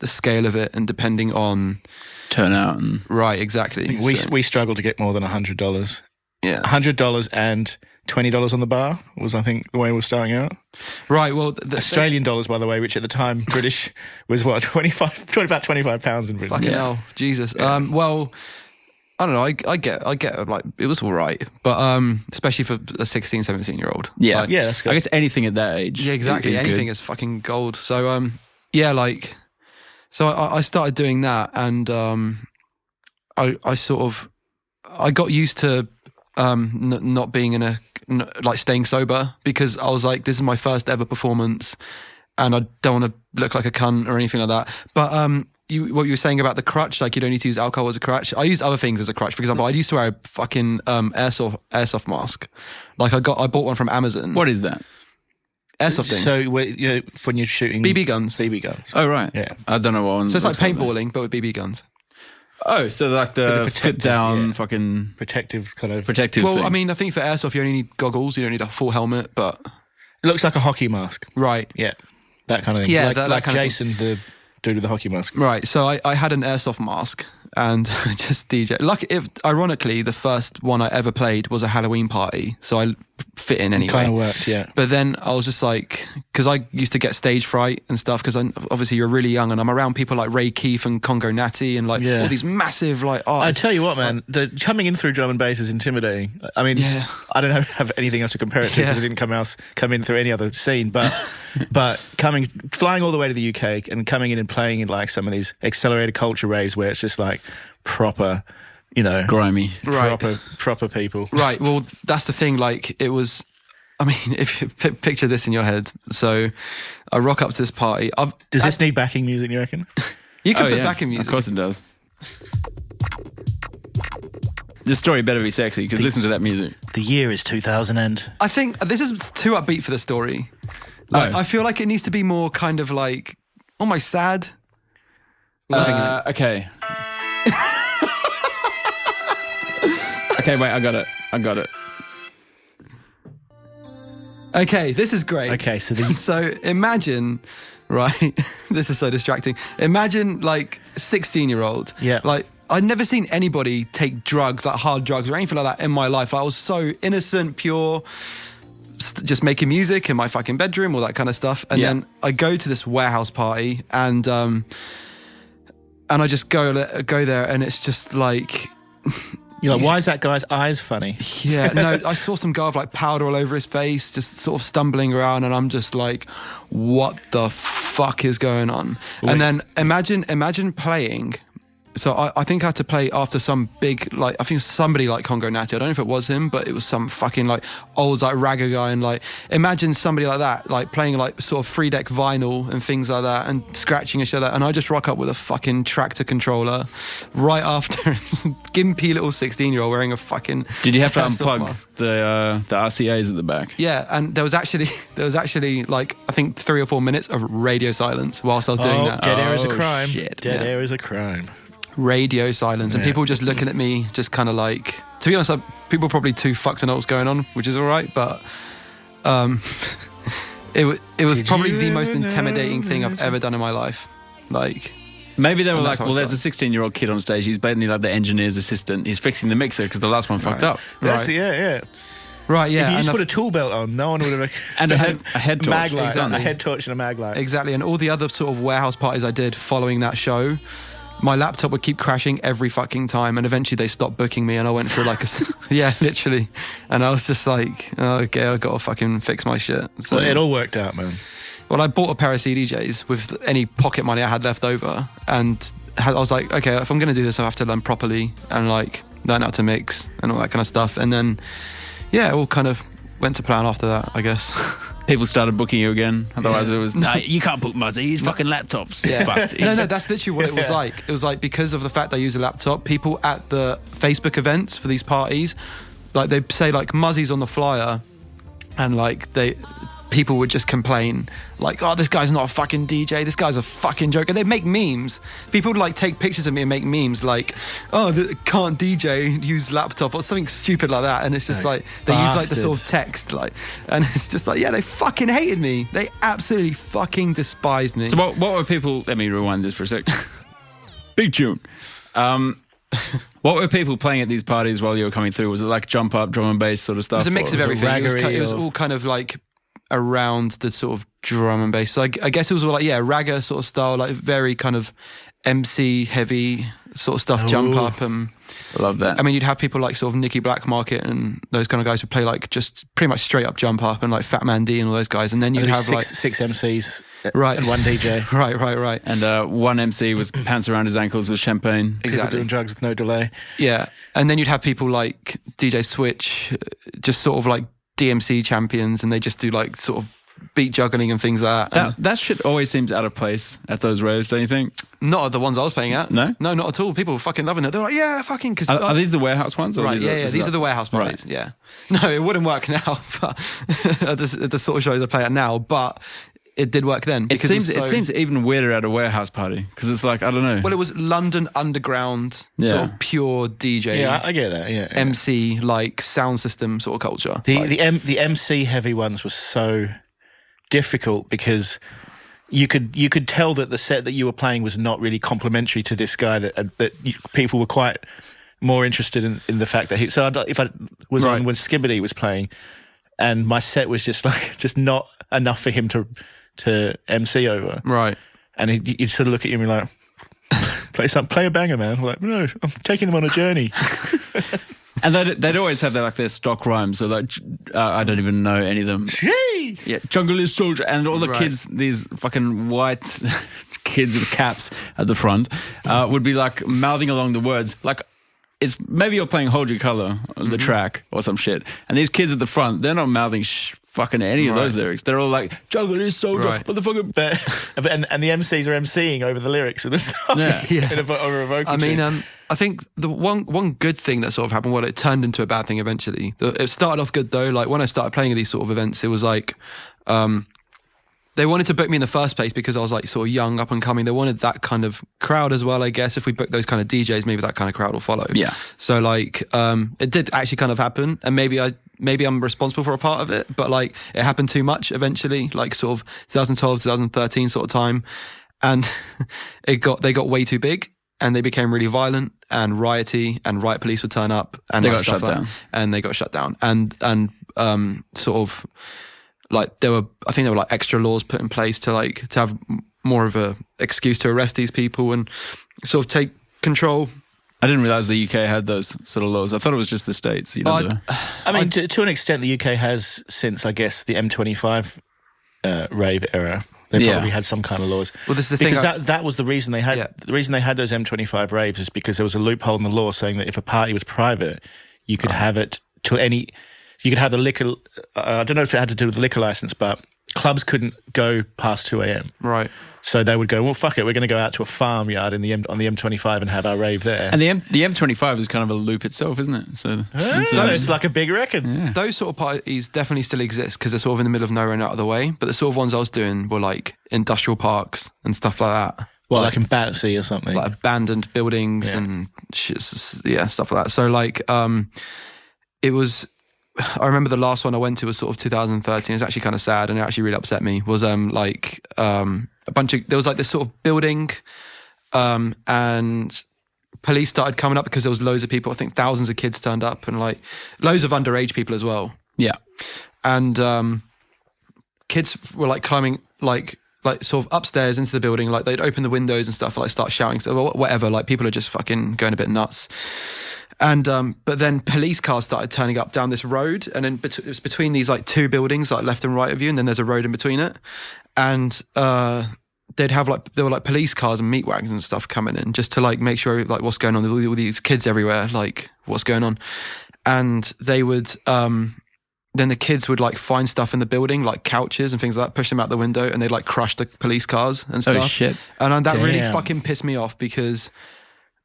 the scale of it and depending on Turn out and right exactly. we So, we struggled to get more than hundred dollars. yeah. Hundred dollars and twenty dollars on the bar was, I think, the way we were starting out. Right. Well, the, the, Australian dollars, by the way, which at the time British was what 25, 20, about twenty five pounds in Britain. Fucking hell, Jesus. Um, well, I don't know. I, I get, I get. Like it was all right, but um, especially for a 16, 17 year old. yeah, Like, Yeah, that's good. I guess anything at that age. yeah, is- exactly. is good. Anything is fucking gold. So um, yeah, like, so I, I started doing that, and um, I, I sort of, I got used to um n- not being in a n- like staying sober because I was like, this is my first ever performance, and I don't want to look like a cunt or anything like that. But um, you what you were saying about the crutch, like you don't need to use alcohol as a crutch. I used other things as a crutch. For example, I used to wear a fucking um airsoft airsoft mask. Like I got, I bought one from Amazon. What is that? airsoft thing? So we- you know, when you're shooting BB guns. BB guns. Oh right. Yeah. I don't know what one. So it's like looks that. paintballing, but with BB guns. Oh, so like the, the flip protective, down yeah. fucking protective kind of. protective Well, thing. I mean, I think for airsoft, you only need goggles. You don't need a full helmet, but It looks like a hockey mask. right, Yeah, that kind of thing. Yeah, like, that- that like kind of Jason, the dude with the hockey mask. right. So I, I had an airsoft mask and just DJ. Like, if ironically, the first one I ever played was a Halloween party, so I fit in anyway. Kind of worked. Yeah. But then I was just like, because I used to get stage fright and stuff. Because obviously you're really young, and I'm around people like Ray Keefe and Congo Natty and like Yeah. all these massive like I artists. tell you what, man, the coming in through drum and bass is intimidating. I mean, Yeah. I don't have, have anything else to compare it to Yeah. because I didn't come else come in through any other scene. But but coming flying all the way to the UK and coming in and playing in like some of these accelerated culture raves where it's just like proper, you know, grimy. Right. proper proper people. Right. Well, that's the thing. Like, it was. I mean, if you pi picture this in your head, so I rock up to this party. I've, Does this need backing music? You reckon? you can Oh, put yeah. backing music. Of course it does. This story better be sexy because listen to that music. The year is two thousand and. I think this is too upbeat for the story. Like, No. I feel like it needs to be more kind of like almost sad. Uh, okay. okay, wait. I got it. I got it. Okay, this is great. Okay, so the So imagine, right? this is so distracting. Imagine like 16 year old. Yeah. Like I'd never seen anybody take drugs, like hard drugs or anything like that in my life. I was so innocent, pure, st- just making music in my fucking bedroom, all that kind of stuff. And Yeah. then I go to this warehouse party and, um, and I just go go there, and it's just like, you're like, why is that guy's eyes funny? yeah, no. I saw some guy with like powder all over his face, just sort of stumbling around, and I'm just like, what the fuck is going on? And then imagine, imagine playing so I, I think I had to play after some big like I think somebody like Congo Natty. I don't know if it was him, but it was some fucking like old like ragga guy and like imagine somebody like that like playing like sort of three deck vinyl and things like that and scratching and shit like that. And I just rock up with a fucking tractor controller right after some gimpy little sixteen year old wearing a fucking Did you have to assault unplug mask. the uh, the RCA's at the back? Yeah, and there was actually there was actually like I think three or four minutes of radio silence whilst I was doing oh, that. dead air is a Oh, crime. shit. Dead Yeah. air is a crime. radio silence and Yeah. people just looking at me just kind of like to be honest I, people are probably too fucked to know what's going on which is all right but um it, wa- it was Did probably you the ever most know intimidating thing i've ever done in my life like Maybe they were And like, that's how well, I there's a 16 year old kid on stage. He's basically like the engineer's assistant. He's fixing the mixer because the last one fucked up. That's Right. yeah, yeah. right yeah if you and just I've- put a tool belt on, no one would have. And a head- a head torch. mag light, Exactly. a head torch, and a mag light. Exactly. And all the other sort of warehouse parties I did following that show, my laptop would keep crashing every fucking time. And eventually they stopped booking me. And I went through like a, s- yeah, literally. And I was just like, oh, okay, I got to fucking fix my shit. So So it all worked out, man. Well, I bought a pair of CDJs with any pocket money I had left over, and had, I was like, okay, if I'm going to do this, I have to learn properly and like learn how to mix and all that kind of stuff. And then, yeah, it all kind of went to plan after that, I guess. People started booking you again. Otherwise, it was, no, you can't book Muzzy. He's fucking laptops. Yeah. Fucked. no, no, that's literally what it was like. It was like because of the fact I use a laptop, people at the Facebook events for these parties, like they say like Muzzy's on the flyer, and like they. People would just complain, like, "Oh, this guy's not a fucking DJ. This guy's a fucking joker." They make memes. People would like take pictures of me and make memes, like, "Oh, th- can't DJ use laptop or something stupid like that." And it's just Those like they use like the sort of bastards. text, like, and it's just like, yeah, they fucking hated me. They absolutely fucking despised me. So, what, what were people, let me rewind this for a sec. Big tune. Um, what were people playing at these parties while you were coming through? Was it like jump up, drum and bass sort of stuff? It was a mix or of everything. It was, raggery ki- it was of- all kind of like around the sort of drum and bass. So I, g- I guess it was all like yeah, ragga sort of style, like very kind of MC heavy sort of stuff. Jump up and Love that. I mean, you'd have people like sort of Nicky Black Market and those kind of guys who play like just pretty much straight up jump up and like Fat Man D and all those guys, and then you'd There's have six, like six MCs, Right. and one DJ. right, right, right, and uh, one MC with pants around his ankles with champagne. People exactly. doing drugs with no delay. Yeah, and then you'd have people like DJ Switch, uh, just sort of like DMC champions, and they just do like sort of beat juggling and things like that. And- That, that shit always seems out of place at those raves, don't you think? Not at the ones I was playing at. No? no, not at all. People were fucking loving it. They're like, yeah, fucking. Because Are, are these the warehouse ones? Or right, these yeah, yeah. These are the warehouse parties. Yeah, no, it wouldn't work now, but at the, at the sort of shows I play at now, but it did work then. It because seems was it so- seems even weirder at a warehouse party because it's like I don't know. Well, it was London underground, Yeah. sort of pure DJ, Yeah, I, I get that. Yeah, yeah. MC, like sound system sort of culture. The Like, the M, the MC heavy ones were so difficult because you could you could tell that the set that you were playing was not really complimentary to this guy that uh, that you, people were quite more interested in, in the fact that he so I'd, if I was Right. on when Skibbity was playing and my set was just like just not enough for him to to MC over right. and he'd, he'd sort of look at you and be like play some play a banger man I'm like no I'm taking them on a journey and they'd, they'd always have their like their stock rhymes. So like uh, I don't even know any of them. Yeah, jungle is soldier, and all the Right. kids, these fucking white kids with caps at the front, uh, would be like mouthing along the words like. It's maybe you're playing Hold Your Color, the track, or some shit. And these kids at the front, they're not mouthing sh- fucking any of those Right. lyrics. They're all like, Jungle is soldier, Right. motherfucker. but and, and the MCs are MCing over the lyrics and the song Yeah. Yeah. in a, vo- over a vocal. I mean, chain. um, I think the one one good thing that sort of happened, well, it turned into a bad thing eventually. The- It started off good though. Like when I started playing at these sort of events, it was like, um, they wanted to book me in the first place because I was like sort of young, up and coming. They wanted that kind of crowd as well, I guess. If we book those kind of DJs, maybe that kind of crowd will follow. Yeah. So like, um, it did actually kind of happen, and maybe I maybe I'm responsible for a part of it, but like it happened too much eventually, like sort of 2012, 2013 sort of time, and it got they got way too big, and they became really violent and rioty, and riot police would turn up, and They like got stuff shut like- down. and they got shut down, and and um, sort of like there were I think there were like extra laws put in place to like to have m- more of a excuse to arrest these people and sort of take control. I didn't realize the UK had those sort of laws. I thought it was just the States. You know, Oh, I- the- I mean, to, to an extent, the UK has since I guess the M25 uh, rave era. They Yeah. probably had some kind of laws. Well, this is the thing because I- that that was the reason they had Yeah. the reason they had those M25 raves is because there was a loophole in the law saying that if a party was private, you could have it to any. You could have the liquor. Uh, I don't know if it had to do with the liquor license, but clubs couldn't go past 2 a.m. Right. So they would go, well, fuck it, we're going to go out to a farmyard in the M- on the M25 and have our rave there. And the M the M twenty five is kind of a loop itself, isn't it? So it's, no, Mm. um, it's like a big record. Those sort of parties definitely still exist because they're sort of in the middle of nowhere and out of the way. But the sort of ones I was doing were like industrial parks and stuff like that, Well, like in Batsy or something. like abandoned buildings Yeah. and shit, s- yeah, stuff like that. So like, um, it was. I remember the last one I went to was sort of 2013. It was actually kind of sad and it actually really upset me. Was um like um a bunch of there was like this sort of building, um and police started coming up because there was loads of people. I think thousands of kids turned up and like loads of underage people as well yeah. and um, kids were like climbing like like sort of upstairs into the building like they'd open the windows and stuff and like start shouting so wh- whatever like people are just fucking going a bit nuts and um, but then police cars started turning up down this road and then bet- it was between these like two buildings like left and right of you and then there's a road in between it and uh they'd have like there were like police cars and meat wagons and stuff coming in just to like make sure like what's going on with all the- all these kids everywhere like what's going on and they would um then the kids would like find stuff in the building, like couches and things like that, push them out the window, and they'd like crush the police cars and Oh, stuff. shit. And uh, that really Damn. fucking pissed me off because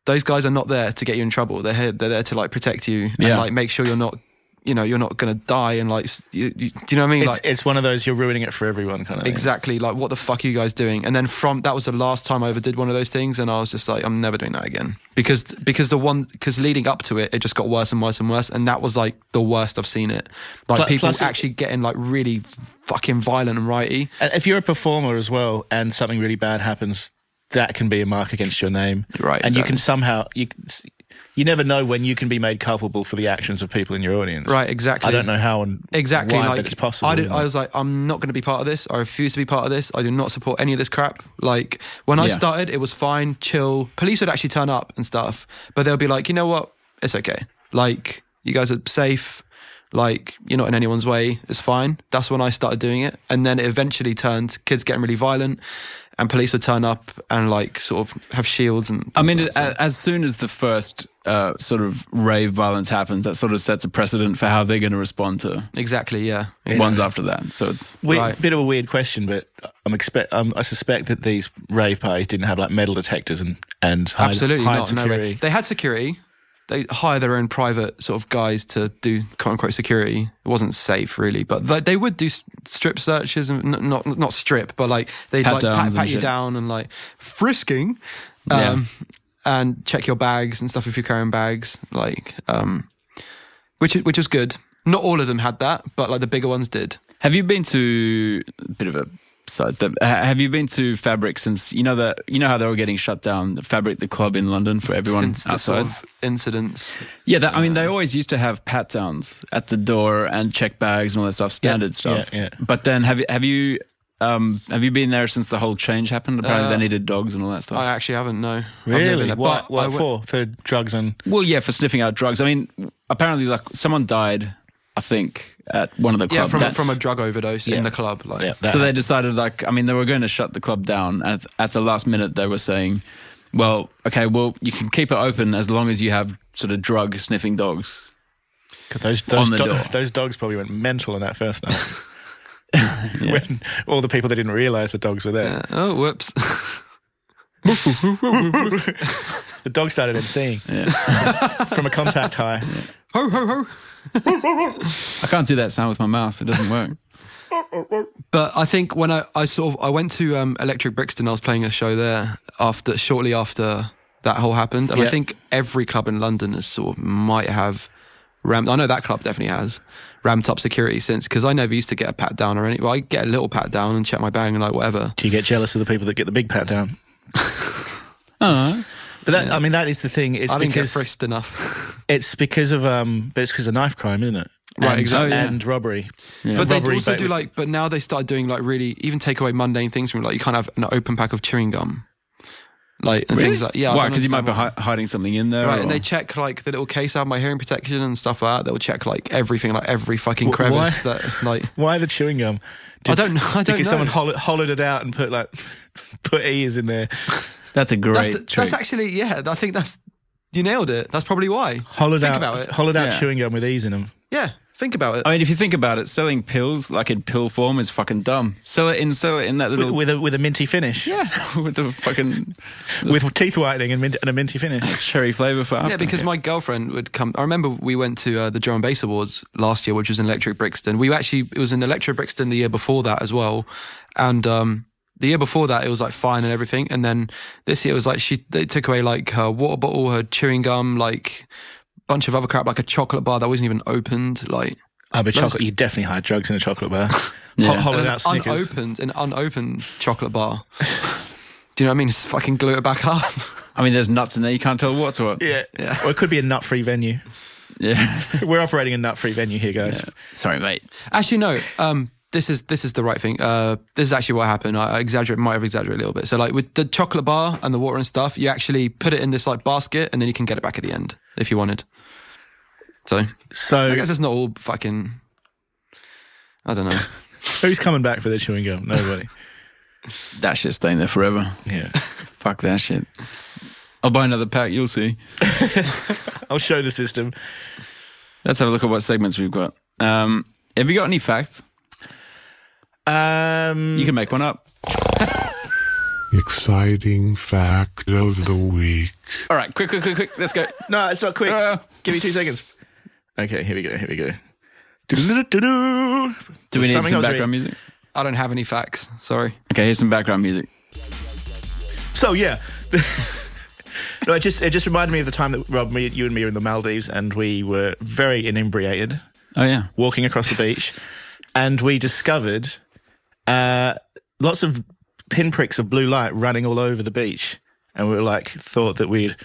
those guys are not there to get you in trouble. They're here, they're there to like protect you and Yeah. like make sure you're not, you know, you're not gonna die and like, s- you, you, do you know what I mean? it's, like it's one of those you're ruining it for everyone kind of thing. exactly, like what the fuck are you guys doing? And then from that was the last time I ever did one of those things, and I was just like, I'm never doing that again because because the one because leading up to it, it just got worse and worse and worse, and that was like the worst I've seen it. Like Pl- people plus it- actually getting like really fucking violent and righty. And if you're a performer as well, and something really bad happens, that can be a mark against your name, Right, And you exactly. can somehow you you never know when you can be made culpable for the actions of people in your audience, Right, exactly. I don't know how and Exactly, why, like but it's possible. I, did, I was like, I'm not going to be part of this. I refuse to be part of this. I do not support any of this crap. Like when I Yeah. started, it was fine, chill. Police would actually turn up and stuff, but they'll be like, you know what? It's okay. Like you guys are safe. Like you're not in anyone's way. It's fine. That's when I started doing it, and then it eventually turned kids getting really violent, and police would turn up and like sort of have shields and. I mean, uh, a as soon as the first uh, sort of rave violence happens, that sort of sets a precedent for how they're going to respond to exactly. Yeah. ones after that. So it's Weird, Right. Bit of a weird question, but I'm expect um, I suspect that these rave parties didn't have like metal detectors and and high, Absolutely high not. No way. security. They had security. They hire their own private sort of guys to do quote unquote security. It wasn't safe really, but they, they would do s- strip searches and n- not not strip, but like they'd Pat like pat, downs pat and you shit. down and like frisking, um, and check your bags and stuff if you're carrying bags, like um, which which was good. Not all of them had that, but like the bigger ones did. Have you been to a bit of a sidestep? ha- Have you been to Fabric since you know that you know how they were getting shut down? The Fabric, the club in London for everyone Since the outside. sort of incidents, yeah, that, I mean they always used to have pat downs at the door and check bags and all that stuff, standard stuff. yeah, yeah. But then have you have you um, have you been there since the whole change happened? Apparently they needed dogs and all that stuff. Uh, I actually haven't. No, I've never been Really? there, What, but what I went- for? For drugs and well, yeah, for sniffing out drugs. I mean, apparently like someone died, I think, at one of the Yeah, clubs. from a, That's- from a drug overdose Yeah. in the club. Like, yeah, so they decided like i mean they were going to shut the club down and at, at the last minute they were saying well okay well you can keep it open as long as you have sort of drug sniffing dogs God, Those those, on the do- door. those dogs probably went mental on that first night. when all the people that didn't realize the dogs were there. Oh, whoops. The dog started emceeing from a contact high. ho, ho, ho. i can't do that sound with my mouth it doesn't work But I think when I, I sort of I went to um, Electric Brixton, I was playing a show there after shortly after that whole happened, and I Yeah. think every club in London has sort of might have ramped. I know that club definitely has ramped up security since because I never used to get a pat down or anything. Well, I get a little pat down and check my bag and like whatever. Do you get jealous of the people that get the big pat down? But that, I mean, that is the thing. It's I didn't get because frisked enough. it's because of um, but it's because of knife crime, isn't it? Right, And- exactly. Oh, yeah. And robbery. But they Robbery, also but do with- like, but now they started doing like really even take away mundane things from like you can't have an open pack of chewing gum, like and things like yeah. I why don't because you might be Oh. understand hi- hiding something in there Right, and or- they check like the little case I have my hearing protection and stuff like that. They'll check like everything, like every fucking Wh- why? crevice that like. Why the chewing gum? I don't know. I don't know. because someone hollowed, hollowed it out and put like put ears in there. That's a great that's, the- trick. that's actually yeah. I think that's you nailed it. That's probably why. Hollowed Think out, about it. hollowed out Yeah. chewing gum with ears in them. Yeah, think about it. I mean, if you think about it, selling pills like in pill form is fucking dumb. Sell it in, sell it in that With, little with a with a minty finish. yeah, with the fucking With teeth whitening and, mint, and a minty finish. cherry flavor farm. Yeah, because my girlfriend would come. I remember we went to uh, the drum and bass awards last year, which was in Electric Brixton. We actually it was in Electric Brixton the year before that as well, and um, the year before that it was like fine and everything, and then this year it was like she they took away like her water bottle, her chewing gum, like bunch of other crap, like a chocolate bar that wasn't even opened, like Oh, but chocolate. You definitely hide drugs in a chocolate bar. Ho- hollowed out Snickers. unopened, an unopened chocolate bar. Do you know what I mean? Just fucking glue it back up. I mean, there's nuts in there. You can't tell what's what. Yeah. Or it could be a nut-free venue. Yeah. We're operating a nut-free venue here, guys. Sorry, mate. Actually, no. Um, this is this is the right thing. Uh, this is actually what happened. I, I exaggerate, might have exaggerated a little bit. So, like with the chocolate bar and the water and stuff, you actually put it in this like basket, and then you can get it back at the end if you wanted. So, So I guess it's not all fucking. I don't know. who's coming back for the chewing gum? Nobody. That shit's staying there forever. yeah. Fuck that shit. I'll buy another pack. You'll see. I'll show the system. Let's have a look at what segments we've got. Um, have you got any facts? Um, You can make one up. Exciting fact of the week. All right, quick, quick, quick, quick. Let's go. no, it's not quick. Uh, Give me two seconds. Okay, here we go. Here we go. Do-do-do-do-do. Do we need Something some else we- background music? I don't have any facts. Sorry. Okay, here's some background music. So yeah. No, it just it just reminded me of the time that Rob, me, you and me were in the Maldives, and we were very inebriated, Oh yeah, walking across the beach, and we discovered uh, lots of pinpricks of blue light running all over the beach, and we were like thought that we'd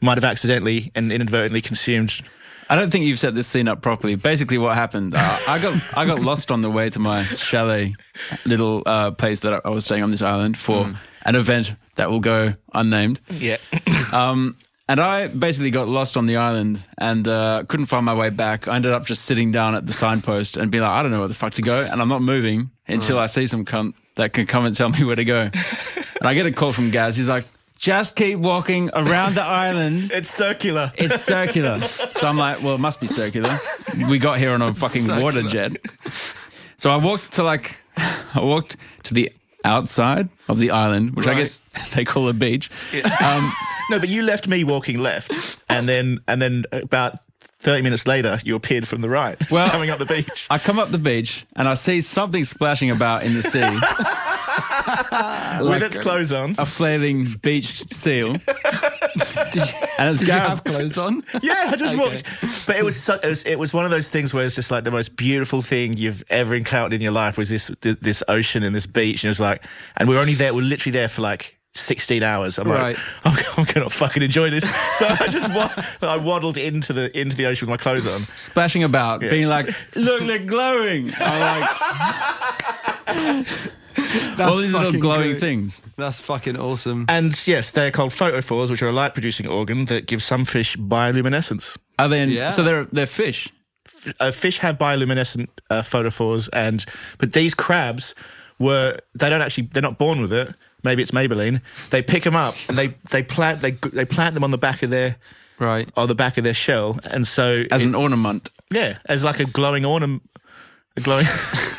might have accidentally and inadvertently consumed. I don't think you've set this scene up properly. Basically, what happened? Uh, I got I got lost on the way to my chalet, little uh, place that I, I was staying on this island for an event that will go unnamed. Yeah, Um, and I basically got lost on the island and uh, couldn't find my way back. I ended up just sitting down at the signpost and being like, I don't know where the fuck to go, and I'm not moving until I see some cunt that can come and tell me where to go. and I get a call from Gaz. He's like, just keep walking around the island. it's circular. It's circular. so I'm like, well, it must be circular. We got here on a fucking water jet. So I walked to like, I walked to the outside of the island, which I Right. guess they call a beach. Um, no, but you left me walking left, and then and then about thirty minutes later, you appeared from the right, Well- coming up the beach. I come up the beach and I see something splashing about in the sea, a with its clothes on. flailing beach seal. Did you, And it's did you Gareth. have clothes on? Yeah, I just walked. But it was, so, it was it was one of those things where it's just like the most beautiful thing you've ever encountered in your life was this th- this ocean and this beach, and it was like, and we were only there, we are literally there for like. 16 hours. I'm Right. like, I'm, I'm gonna fucking enjoy this. So I just wa- I waddled into the into the ocean with my clothes on. splashing about, Yeah. being like, look, they're glowing. I'm like, That's all these little fucking glowing Uh, great. things. That's fucking awesome. And yes, they are called photophores, which are a light producing organ that gives some fish bioluminescence. Are they in, Yeah. so they're, they're fish. uh, fish have bioluminescent uh, photophores, and but these crabs were they don't actually they're not born with it. Maybe it's Maybelline. They pick them up and they they plant they they plant them on the back of their Right. on the back of their shell, and so As it- an ornament. yeah, as like a glowing ornament, a glowing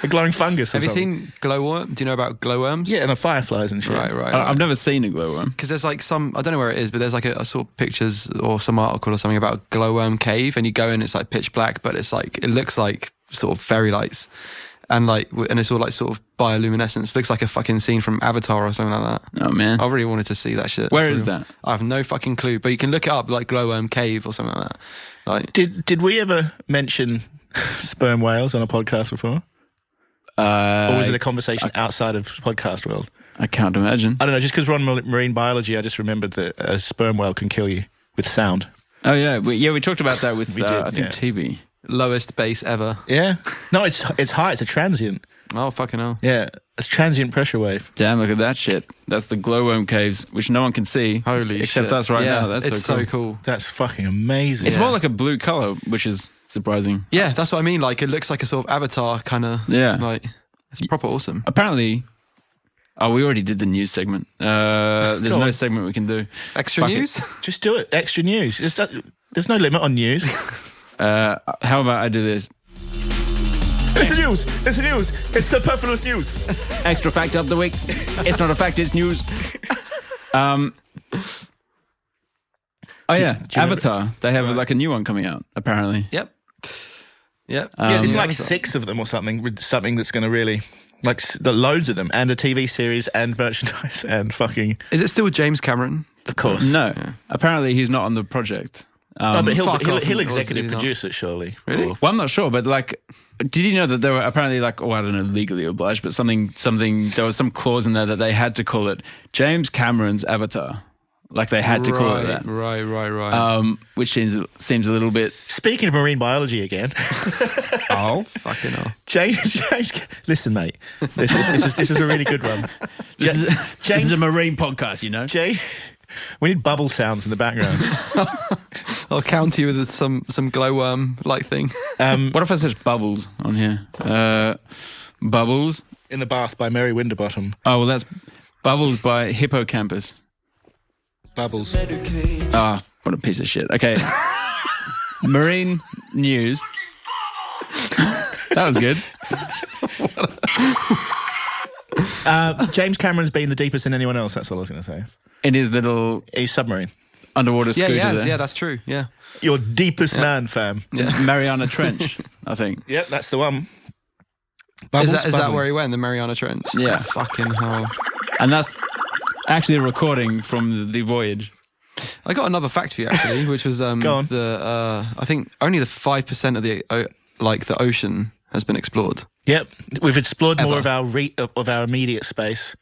a glowing fungus. or Have you something. seen glowworm? Do you know about glowworms? Yeah, and the fireflies and shit. Right. Right. I- I've never seen a glowworm. because there's like some I don't know where it is, but there's like a, I saw pictures or some article or something about glowworm cave, and you go in, it's like pitch black, but it's like it looks like sort of fairy lights, and like w- and it's all like sort of bioluminescence. Looks like a fucking scene from Avatar or something like that. Oh, man. I really wanted to see that shit. Where For is real. that? I have no fucking clue, but you can look it up, like glowworm cave or something like that. Like Did did we ever mention sperm whales on a podcast before, Uh, or was it a conversation outside of podcast world? I can't imagine. I don't know. Just because we're on mar- marine biology, I just remembered that a sperm whale can kill you with sound. Oh yeah, we, yeah. We talked about that with We uh, did, I think yeah. TB. lowest base ever. Yeah. No, it's it's high. It's a transient. Oh fucking hell! Yeah, it's transient pressure wave. Damn, look at that shit. That's the glowworm caves, which no one can see. Holy except shit. us right yeah, now. That's it's so cool. That's fucking amazing. It's more like a blue color, which is surprising. Yeah, that's what I mean. Like it looks like a sort of Avatar kind of Yeah. like It's proper awesome. Apparently, oh, we already did the news segment. Uh, there's Go no on. segment we can do. Extra Fuck it. news? Just do it. Extra news. Just, uh, there's no limit on news. Uh, how about I do this? it's the news. It's the news. It's superfluous news. Extra fact of the week. It's not a fact. It's news. Um. Oh yeah, you remember- Avatar. They have like a new one coming out apparently. Yep. Yep. Um, It's Yeah, like six of them or something. with Something that's going to really like s- the loads of them, and a TV series, and merchandise, and fucking Is it still James Cameron? of course. Um, No, apparently he's not on the project. no but he'll fuck he'll, off, he'll of course executive he's not. produce it surely. Really? Or- Well, I'm not sure, but like, did you know that they were apparently like, oh, I don't know, legally obliged, but something, something, there was some clause in there that they had to call it James Cameron's Avatar. Like they had to call it right, that, right, right, right. um, which seems seems a little bit. Speaking of marine biology again, Oh, Fucking hell. James, James, listen, mate. This is this is, this is a really good one. this, is, James- this is a marine podcast, you know. Jay, we need bubble sounds in the background. I'll counter you with some some glowworm like thing. Um, What if I search bubbles on here? Uh, bubbles. in the bath by Mary Winterbottom. Oh well, that's bubbles by Hippocampus. Bubbles. Ah, what a piece of shit. Okay. Marine news. that was good. Uh, James Cameron's been the deepest in anyone else. That's all I was going to say. In his little He's submarine. underwater yeah, scooter yeah, there. yeah, that's true. Yeah. Your deepest man, fam. Mariana Trench, I think. Yep, that's the one. Is Bubbles, that, is that bubble. where he went? The Mariana Trench? Yeah. Fucking hell. And that's actually a recording from the voyage. I got another fact for you actually, which was um, Go on. the uh, I think only the five percent of the o- like the ocean has been explored. Yep, we've explored more Ever. of our re- of our immediate space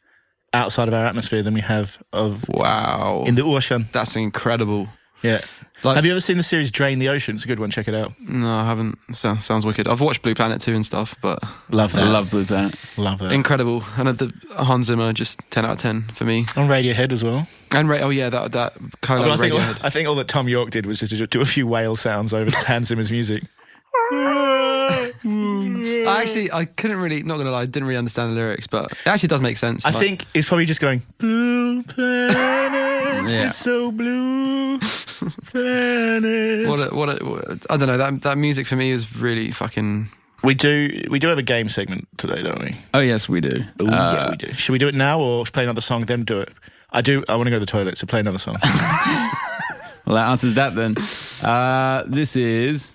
outside of our atmosphere than we have of Wow, in the ocean. that's incredible. Yeah. Like- have you ever seen the series Drain the Ocean? It's a good one. Check it out. No, I haven't. Sounds sounds wicked. I've watched Blue Planet two and stuff, but Love that. I love Blue Planet. love that. incredible. And the Hans Zimmer just ten out of ten for me. On Radiohead as well. And Ray, oh yeah, that that kind But I of think Radiohead. I think all that Tom York did was just to do a few whale sounds over to Hans Zimmer's music. I actually I couldn't really not gonna lie, I didn't really understand the lyrics, but it actually does make sense. I Like, think it's probably just going blue planet. Yeah. It's so blue planet. what a, what, a, what- I don't know that that music for me is really fucking. we do we do have a game segment today, don't we? Oh, yes, we do. Ooh, yeah, Uh, we do. Should we do it now or play another song? Then do it. I do. I want to go to the toilet, so play another song. Well, that answers that then. Uh, this is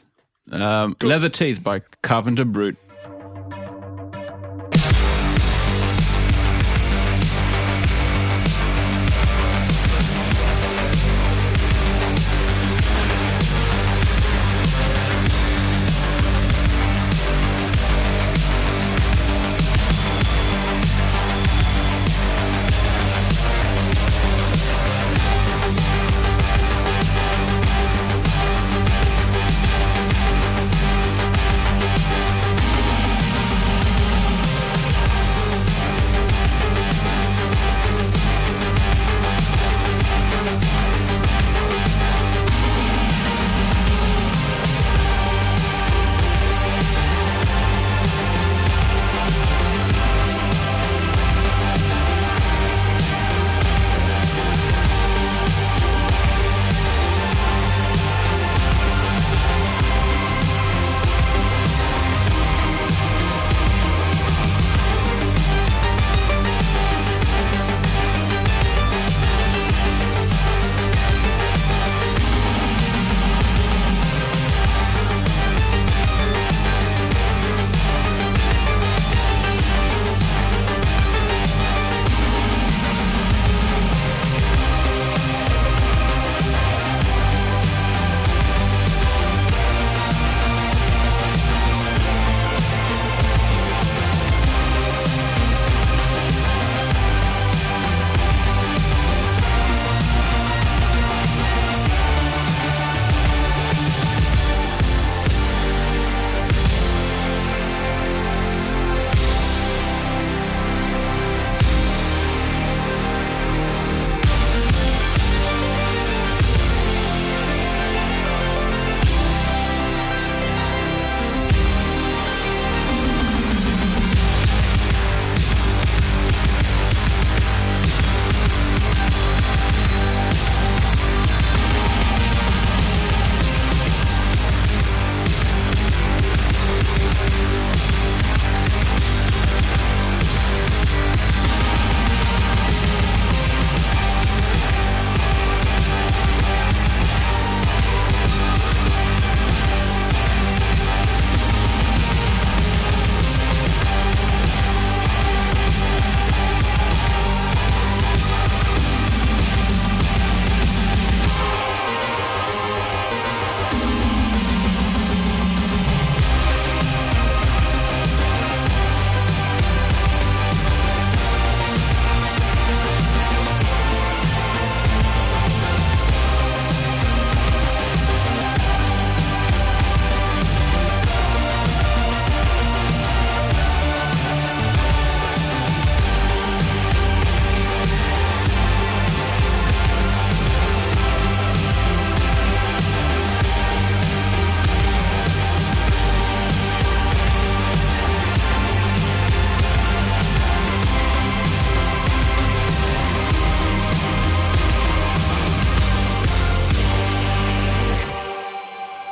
um, Leather Teeth by Carpenter Brute. Thank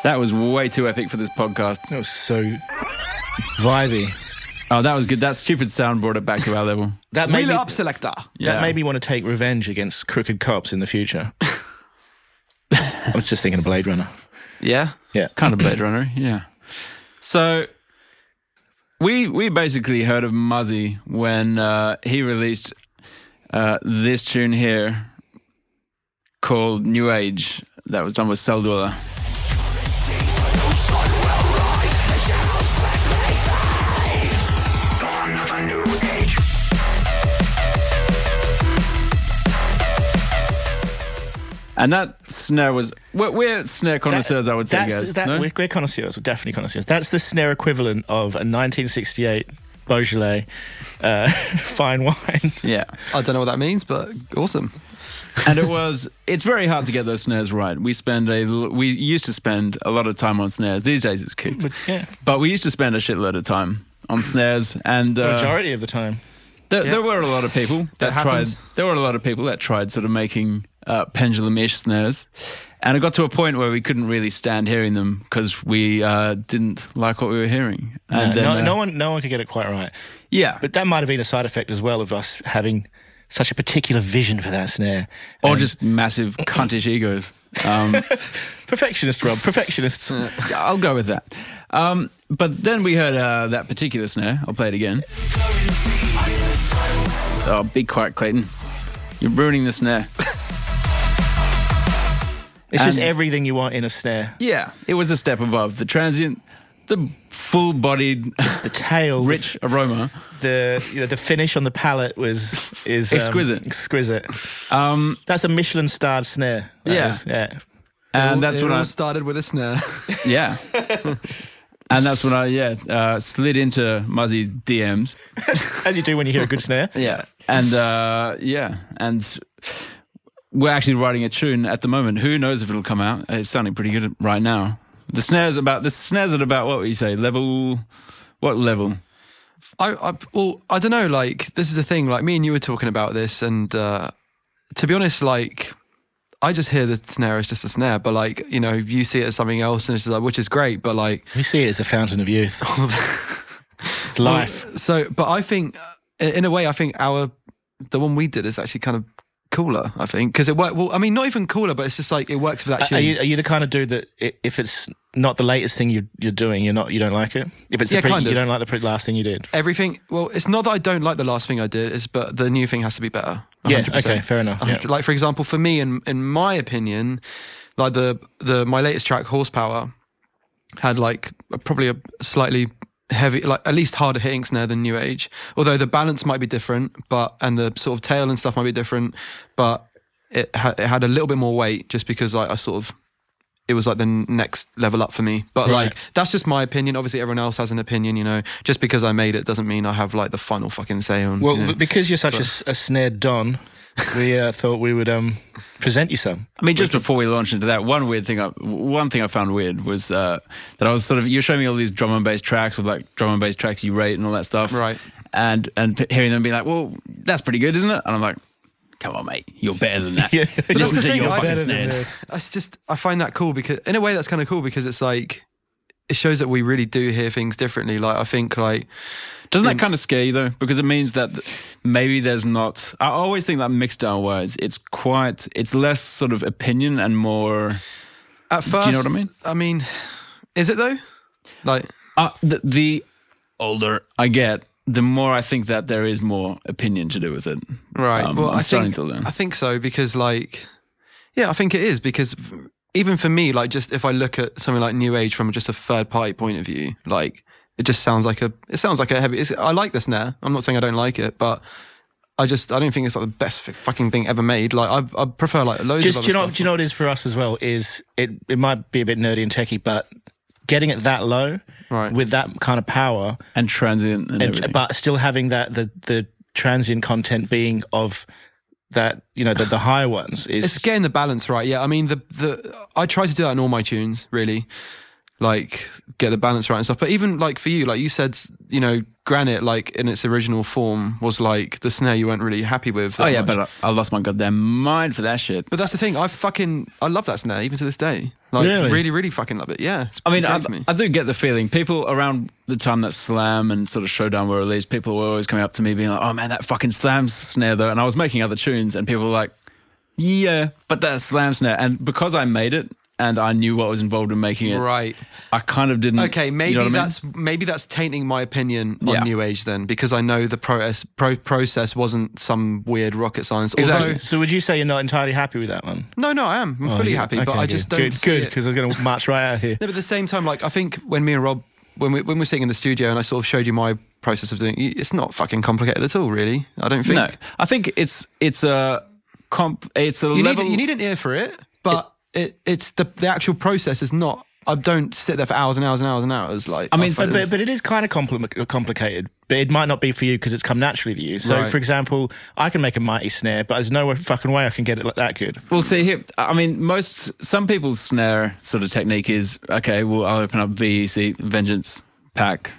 That was way too epic for this podcast. That was so vibey. Oh, that was good. That stupid sound brought it back to our level. That made Wheel me, it up, selector. Yeah. that made me want to take revenge against crooked cops in the future. I was just thinking of Blade Runner. Yeah. kind of Blade Runner, yeah. So we we basically heard of Muzzy when uh, he released uh, this tune here called New Age that was done with Cell Dweller. And that snare was we're, we're snare connoisseurs, I would say, that's- guys. That, no? we're, we're connoisseurs, we're definitely connoisseurs. That's the snare equivalent of a 1968 Beaujolais uh, fine wine. Yeah. I don't know what that means, but awesome. And it was, it's very hard to get those snares right. We spend a, l- we used to spend a lot of time on snares. These days it's kicked. But, yeah. we used to spend a shitload of time on snares. And uh, Majority of the time. there, there were a lot of people that, tried, happens. there were a lot of people that tried sort of making uh, pendulum ish snares. And it got to a point where we couldn't really stand hearing them because we uh, didn't like what we were hearing. And then, no, uh, no one, no one could get it quite right. yeah. But that might have been a side effect as well of us having such a particular vision for that snare. or And just massive cuntish egos. Um, perfectionist, Rob. Perfectionists. Yeah, I'll go with that. Um, but then we heard uh, that particular snare. I'll play it again. Oh, be quiet, Clayton. You're ruining the snare. It's just And- everything you want in a snare. Yeah, it was a step above the transient, the full-bodied, The tail, the- rich aroma. The you know, the finish on the palate was is um, Exquisite. exquisite. Um, That's a Michelin starred snare. That Yeah. is, yeah. and It that's all- when it all I started with a snare. yeah. And that's when I yeah uh, slid into Muzzy's DMs. As you do when you hear a good snare. Yeah. And uh, yeah, and we're actually writing a tune at the moment. Who knows if it'll come out? It's sounding pretty good right now. The snares about the snares at about what would you say level? What level? I, I well, I don't know. Like this is the thing. Like me and you were talking about this, and uh, to be honest, like I just hear the snare as just a snare, but like you know, you see it as something else, and it's just like which is great, but like We see it as the fountain of youth. it's life. so. But I think uh, in a way, I think our the one we did is actually kind of cooler. I think because it worked. Well, I mean, not even cooler, but it's just like it works for that Are tune. you, are you the kind of dude that i- if it's not the latest thing you, you're doing, you're not you don't like it? If it's the Yeah, pre- kind you of. don't like the pre- last thing you did. Everything. Well, it's not that I don't like the last thing I did, is but the new thing has to be better. Yeah, 100%. okay, fair enough. yeah. 100 Like for example, for me, in in my opinion, like the the my latest track, Horsepower, had like a- probably a slightly heavy, like at least harder hitting snare than New Age. Although the balance might be different, but and the sort of tail and stuff might be different, but it ha- it had a little bit more weight just because like I sort of. It was like the n- next level up for me, but Right. like that's just my opinion. Obviously, everyone else has an opinion, you know. Just because I made it doesn't mean I have like the final fucking say on. Well, you know. b- because you're such a s- a, snare don, we uh, thought we would um, present you some. I mean, just before we launch into that, one weird thing, I, one thing I found weird was uh, that I was sort of you were showing me all these drum and bass tracks with like drum and bass tracks you rate and all that stuff, Right. And and p- hearing them be like, well, that's pretty good, isn't it? And I'm like, come on, mate, you're better than that. that's Listen the to thing, your I- fucking better snares. That's just I find that cool because in a way that's kind of cool because it's like it shows that we really do hear things differently. Like I think like Doesn't that kind of scare you though? Because it means that th- maybe there's not. I always think that mixed down wise, it's quite, it's less sort of opinion and more. at first, you know what I mean? I mean, is it though? Like Uh, the, the older I get, the more I think that there is more opinion to do with it. right? Um, well, I'm I starting think to learn. I think so because like yeah, I think it is because even for me, like just if I look at something like New Age from just a third party point of view, like it just sounds like a it sounds like a heavy. It's, I like the snare. I'm not saying I don't like it, but. I just I don't think it's like the best f- fucking thing ever made. Like I, I prefer like loads Just of do other you know stuff. do you know what it is for us as well is it it might be a bit nerdy and techie, but getting it that low Right. with that kind of power, And transient and, everything. and, but still having that the the transient content being of that you know the, the higher ones it's is getting the balance right. Yeah, I mean the the I try to do that in all my tunes, really, like get the balance right and stuff. But even like for you, like you said, you know, Granite, like in its original form, was like the snare you weren't really happy with. that Oh yeah, much. but I, I lost my goddamn mind for that shit. But that's the thing. I fucking I love that snare even to this day. Like Really? really, really, fucking love it. Yeah. it's I mean, I, great to me. I do get the feeling people around the time that Slam and sort of Showdown were released, people were always coming up to me being like, "Oh man, that fucking Slam snare though." And I was making other tunes, and people were like, "Yeah, but that Slam snare." And because I made it and I knew what was involved in making it, right. I kind of didn't. Okay, you know maybe what I mean? that's maybe that's tainting my opinion on Yeah. New Age then, because I know the process pro- process wasn't some weird rocket science. Exactly. Oh, Although, So would you say you're not entirely happy with that one? no, no, I am. I'm fully Yeah. happy, but Okay, I good. just don't. good see good it. because I was going to march right out here. No, but at the same time, like I think when me and Rob, when we when we're sitting in the studio, and I sort of showed you my process of doing, it's not fucking complicated at all, really. I don't think. no. I think it's it's a comp. It's a You level. need you need an ear for it, but it, it's the the actual process is not. I don't sit there for hours and hours and hours and hours. Like I mean, I've- so- But, but it is kind of compli- complicated, but it might not be for you because it's come naturally to you. So, Right. for example, I can make a mighty snare, but there's no fucking way I can get it like that good. Well, see here. I mean, most some people's snare sort of technique is okay. Well, I'll open up VEC Vengeance Pack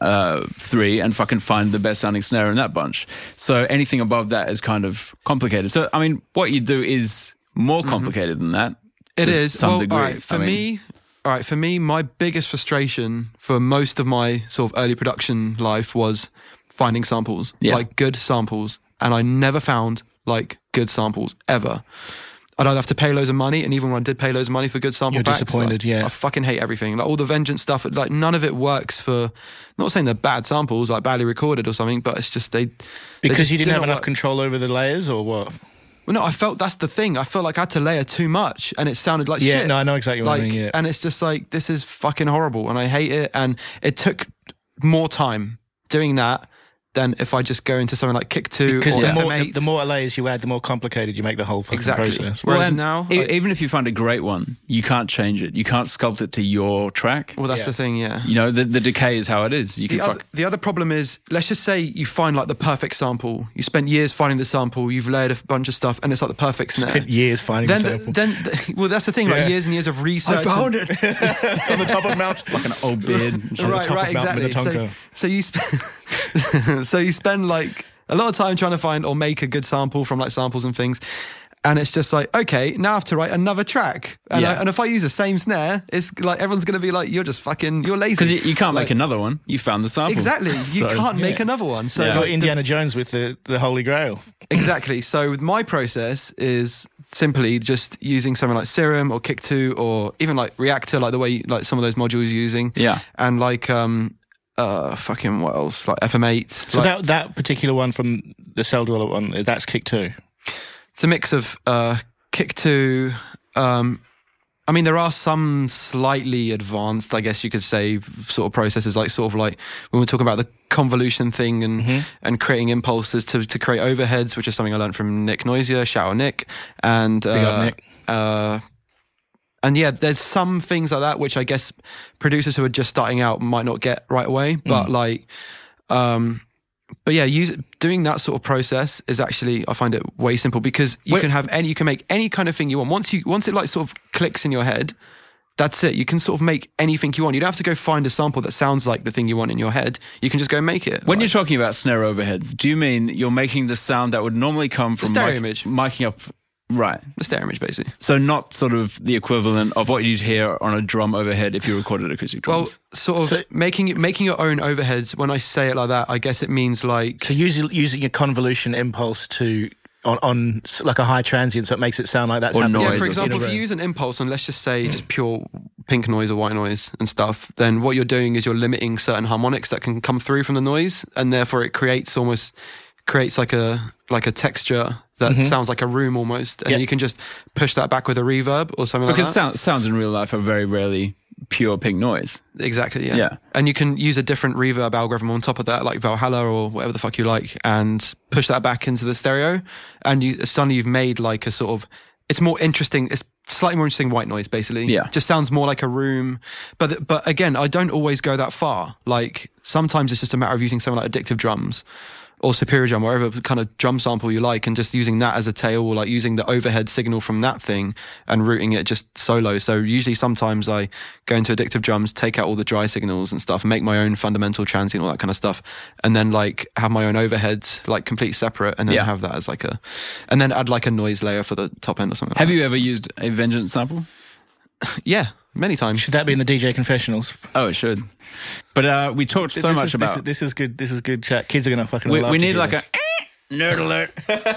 uh, three and fucking find the best sounding snare in that bunch. So anything above that is kind of complicated. So I mean, what you do is more complicated than that. Mm-hmm. It to is some well, degree. All right, for I mean, me, all right, for me, my biggest frustration for most of my sort of early production life was finding samples, Yeah. like good samples, and I never found like good samples ever. I'd either have to pay loads of money, and even when I did pay loads of money for good sample You're packs, disappointed, like, yeah. I fucking hate everything. Like all the vengeance stuff, like none of it works for. Not saying they're bad samples, like badly recorded or something, but it's just they they Because just you do didn't have not enough work. control over the layers or what? Well, no, I felt that's the thing. I felt like I had to layer too much, and it sounded like Yeah, shit. no, I know exactly what like, I mean, yeah. and it's just like this is fucking horrible, and I hate it. And it took more time doing that than if I just go into something like Kick Two Because or the, more, FM8. the more layers you add, the more complicated you make the whole fucking exactly. process. Whereas and now, e- like- even if you find a great one, you can't change it. You can't sculpt it to your track. well, that's the thing. Yeah, You know, the, the decay is how it is. You can the other, fuck. the other problem is, let's just say you find like the perfect sample. You spent years finding the sample. You've layered a bunch of stuff, and it's like the perfect snare. Spent years finding then, the sample. then, well, that's the thing. Like Yeah. years and years of research. and- it. on the top of Mount. like an old beard. right, top of right, Mount exactly. So, Minnetonka. so you spend, so you spend like a lot of time trying to find or make a good sample from like samples and things, and it's just like okay, now I have to write another track, and, Yeah. I, and if I use the same snare, it's like everyone's gonna be like, you're just fucking, you're lazy Because you, you can't Like, make another one. You found the sample. Exactly, you So, can't make yeah. another one. So Yeah. You're like, Indiana Jones with the, the Holy Grail. Exactly. So my process is simply just using something like Serum or Kick2 or even like Reactor, like the way like some of those modules you're using. Yeah. And like um uh fucking what else? Like FM8. So like, that that particular one from the Cell Dweller one, that's kick two. it's a mix of uh Kick2. Um, I mean, there are some slightly advanced, I guess you could say, sort of processes like sort of like when we're talking about the convolution thing and Mm-hmm. and creating impulses to, to create overheads, which is something I learned from Nick Noisier. Shout out Nick and uh, up, Nick. uh, and yeah, there's some things like that which I guess producers who are just starting out might not get right away, but like, um, but yeah, use, doing that sort of process is actually I find it way simple because you Wait. can have any, you can make any kind of thing you want once you once it like sort of clicks in your head. That's it. You can sort of make anything you want. You don't have to go find a sample that sounds like the thing you want in your head. You can just go make it. When Like- you're talking about snare overheads, do you mean you're making the sound that would normally come from stereo mic- image. miking up? Right. the stereo image, basically. So not sort of the equivalent of what you'd hear on a drum overhead if you recorded acoustic Well, drums. sort of So- making making your own overheads. When I say it like that, I guess it means like So using using a convolution impulse to on, on s- like a high transient, so it makes it sound like that's Or happening. noise Yeah, for or example, something. if you use an impulse on, let's just say, just pure pink noise or white noise and stuff, then what you're doing is you're limiting certain harmonics that can come through from the noise, and therefore it creates almost creates like a like a texture that Mm-hmm. sounds like a room almost, and Yeah. then you can just push that back with a reverb or something like because that. sound, sounds in real life are very rarely pure pink noise. Exactly. Yeah. Yeah. And you can use a different reverb algorithm on top of that, like Valhalla or whatever the fuck you like, and push that back into the stereo. And you suddenly you've made like a sort of it's more interesting. It's slightly more interesting white noise, basically. Yeah. Just sounds more like a room. But but again, I don't always go that far. Like sometimes it's just a matter of using something like addictive drums. or Superior Drum, whatever kind of drum sample you like, and just using that as a tail, or like using the overhead signal from that thing and routing it just solo. So usually sometimes I go into addictive drums, take out all the dry signals and stuff, make my own fundamental transient, all that kind of stuff, and then like have my own overheads like completely separate, and then Yeah. have that as like a, and then add like a noise layer for the top end or something. Have you ever used a Vengeance sample? Yeah, many times. Should that be in the DJ confessionals? Oh, it should. But uh, we talked so This much is- this about is- this is good. This is good chat. Kids are gonna fucking. we, love we to need hear like this. a nerd alert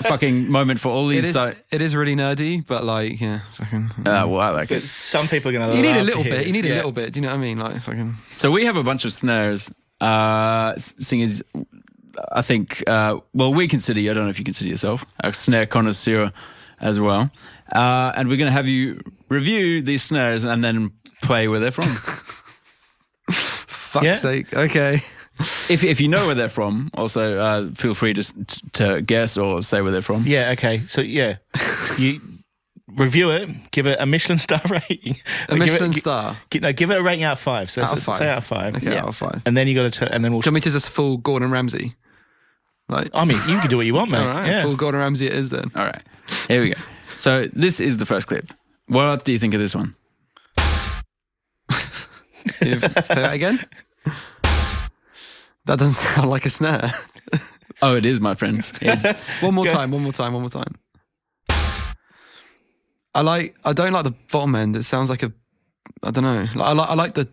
fucking moment for all It these. is, so, it is really nerdy, but like, yeah, fucking. Ah, well, I like it. Some people are gonna. You need love a to little hear bit. this. You need a Yeah. little bit. Do you know what I mean? Like, fucking. So we have a bunch of snares. Uh, s- seeing as I think, uh, well, we consider you, I don't know if you consider yourself a snare connoisseur as well. Uh, and we're going to have you review these snares and then play where they're from. Fuck's Yeah. sake. Okay. if, if you know where they're from, also uh, feel free to, s- t- to guess or say where they're from. Yeah. Okay. So yeah, you review it. Give it a Michelin star rating. A Give it- Michelin gi- star. gi- no, give it a rating out of five. So Out let's- of say five. out of five. Okay, out of five. And then you got to turn. And then we'll. Do you want me to just full Gordon Ramsay? Like, I mean, you can do what you want, mate. all right, yeah. full Gordon Ramsay it is then. All right. Here we go. So this is the first clip. What do you think of this one? If- Play that again. That doesn't sound like a snare. Oh, it is, my friend. It's, One more time. One more time. One more time. I like. I don't like the bottom end. It sounds like a. I don't know. Like, I like. I like the.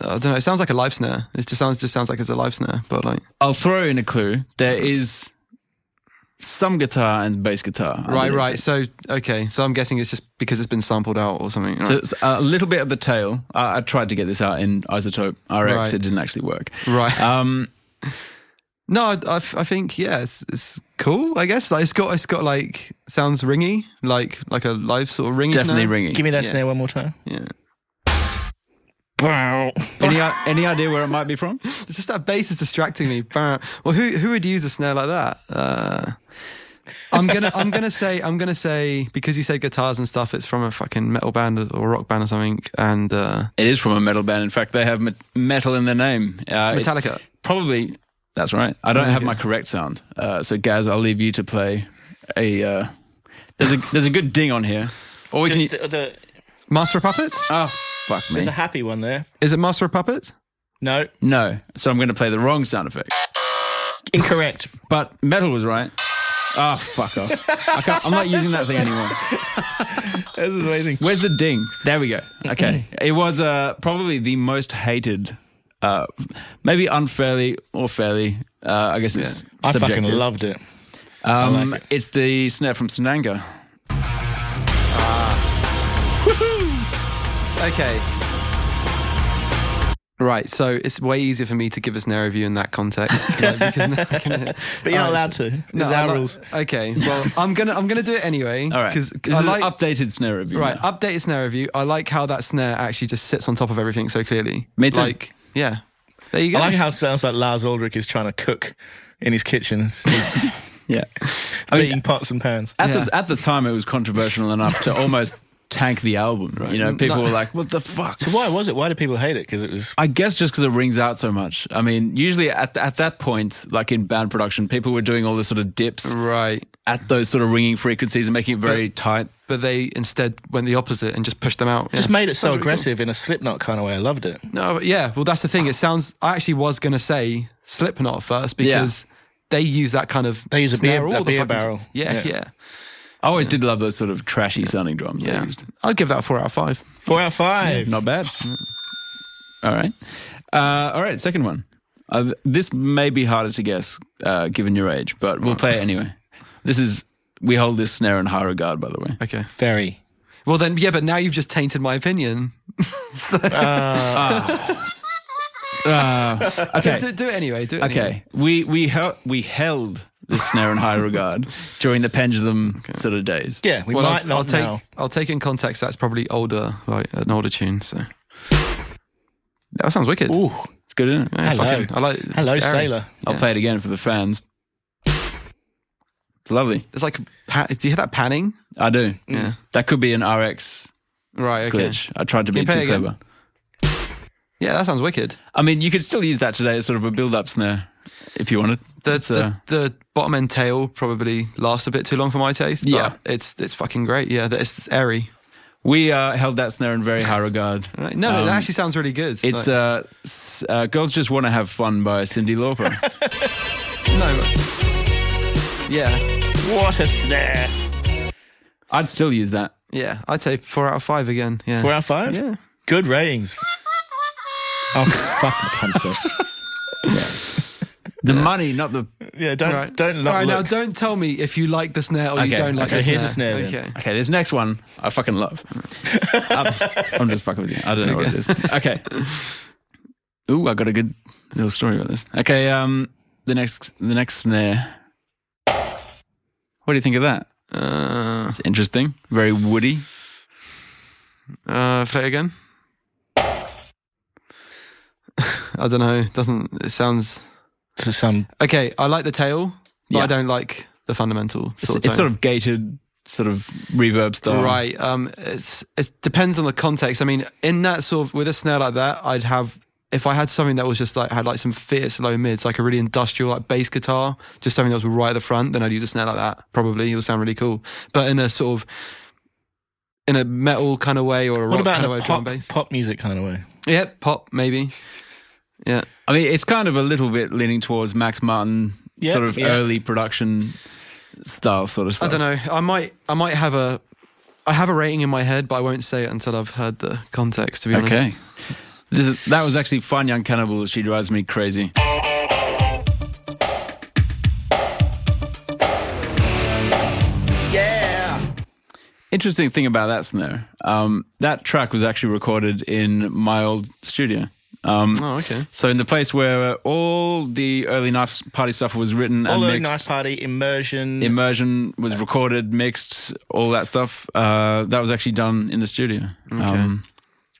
I don't know. It sounds like a live snare. It just sounds. Just sounds like it's a live snare. But like. I'll throw in a clue. There is some guitar and bass guitar. Right, underneath right. it. So okay. So I'm guessing it's just because it's been sampled out or something. Right. So it's a little bit of the tail. I, I tried to get this out in Isotope RX. Right. It didn't actually work. Mm. Right. Um, no, I, I f- I think yeah, it's, it's cool. I guess like, it's got it's got like sounds ringy, like like a live sort of ringy. definitely snare. ringing. Give me that Yeah. snare one more time. Yeah. Bow. any, i- any idea where it might be from? It's just that bass is distracting me. Bah. well, who who would use a snare like that? Uh, I'm gonna I'm gonna say I'm gonna say because you said guitars and stuff, it's from a fucking metal band or rock band or something. And uh, It is from a metal band. In fact, they have met- metal in their name. Uh, it's Metallica. Probably. That's right. I don't have my correct sound. Uh, so, Gaz, I'll leave you to play a. Uh, there's a there's a good ding on here. Or we can. The- the- Master of Puppets Ah, fuck me. there's a happy one there. is it Master of Puppets? No, No. So I'm going to play the wrong sound effect. incorrect. But metal was right. Ah, fuck off. I can't, I'm not using that thing anymore. this is amazing. Where's the ding? There we go. Okay. It was uh, probably the most hated, uh, maybe unfairly or fairly. Uh, I guess it's I subjective. fucking loved it. um, like it. It's the snare from Sananga. Okay. Right, so it's way easier for me to give a snare review in that context. like, because now I can- But you're not Alright, allowed so- to. It's No, I our li- rules. Okay, well, I'm gonna I'm gonna do it anyway. All right. because This is I an like updated snare review. right now. updated snare review. I like how that snare actually just sits on top of everything so clearly. Me too. Like, yeah, there you go. I like how it sounds like Lars Ulrich is trying to cook in his kitchen, Oh, Yeah. I mean, eating pots and pans. at, Yeah. the, at the time, it was controversial enough to almost tank the album. You know, people No. were like, what the fuck? So why was it? Why did people hate it? Because it was. I guess just because it rings out so much. I mean, usually at at that point, like in band production, people were doing all the sort of dips right, at those sort of ringing frequencies and making it very tight. Mm. but they instead went the opposite and just pushed them out. Just yeah. made it so Sounds really cool. aggressive in a Slipknot kind of way. I loved it. No, but yeah. Well, that's the thing. It sounds. I actually was gonna say Slipknot first because they use that kind of. They use a snare beer- all a the beer fucking ti- barrel. Yeah, Yeah. yeah, I always did love those sort of trashy sounding drums. they yeah. used. I'll give that a four out of five. Four out of five. not bad. All right, uh, all right. Second one. Uh, this may be harder to guess uh, given your age, but we'll play it anyway. This is we hold this snare in high regard, by the way. Okay. Very. Well then, yeah, but now you've just tainted my opinion. so, Ah. Okay, do, do it anyway. Do it. okay. Anyway. We we hel- we held the snare in high regard during the pendulum sort of days. Yeah, we Well, might I'll, not I'll take know. I'll take in context. That's probably older, like an older tune. So that sounds wicked. Ooh, It's good, isn't it? Yeah, hello. I like hello, it's airy. sailor. I'll play it again for the fans. Lovely. It's like pa- do you hear that panning? I do. Yeah. That could be an RX Right. Okay. glitch. I tried to be Can you play too again? clever. Yeah, that sounds wicked. I mean, you could still use that today as sort of a build up snare. if you wanted. The, It's, uh, the, the bottom end tail probably lasts a bit too long for my taste. Yeah. but it's it's fucking great. Yeah, that it's airy. we uh, held that snare in very high regard. Right? No, Um, it actually sounds really good. It's Like, uh, s- uh, Girls Just Want to Have Fun by Cindy Lauper. uh, no. Yeah, What a snare. I'd still use that. yeah. I'd say four out of five again. Yeah, Four out of five? Yeah. Good ratings. oh, fucking concept. The money, not the. Yeah, don't, Right. don't All right, look. now don't tell me if you like the snare or Okay, you don't like okay, the snare. here's a snare then. Okay. Okay, this next one I fucking love. I'm, I'm just fucking with you. I don't know what it is. Okay. Ooh, I got a good little story about this. Okay, um, the next, the next snare. What do you think of that? Uh, It's interesting. Very woody. uh, play it again. I don't know. Doesn't it sounds to some okay? I like the tail, but Yeah. I don't like the fundamental. Sort It's, of it's tone. sort of gated, sort of reverb style. Right. Um, it's it depends on the context. I mean, in that sort of with a snare like that, I'd have if I had something that was just like had like some fierce low mids, like a really industrial like bass guitar, just something that was right at the front, then I'd use a snare like that. Probably it would sound really cool. But in a sort of in a metal kind of way or a rock What about kind in of way, a drum pop, and bass. pop music kind of way? Yeah, pop maybe. Yeah. I mean, it's kind of a little bit leaning towards Max Martin, Yeah, sort of yeah. early production style, sort of I stuff. don't know. I might I might have a I have a rating in my head, but I won't say it until I've heard the context to be honest. Okay. This is, that was actually Fine Young Cannibal. She drives me crazy. Interesting thing about that snare, um, that track was actually recorded in my old studio. Um, Oh, okay. So in the place where all the early Knife Party stuff was written All and a mixed, nice party, immersion. immersion was recorded, mixed, all that stuff. Uh, that was actually done in the studio um,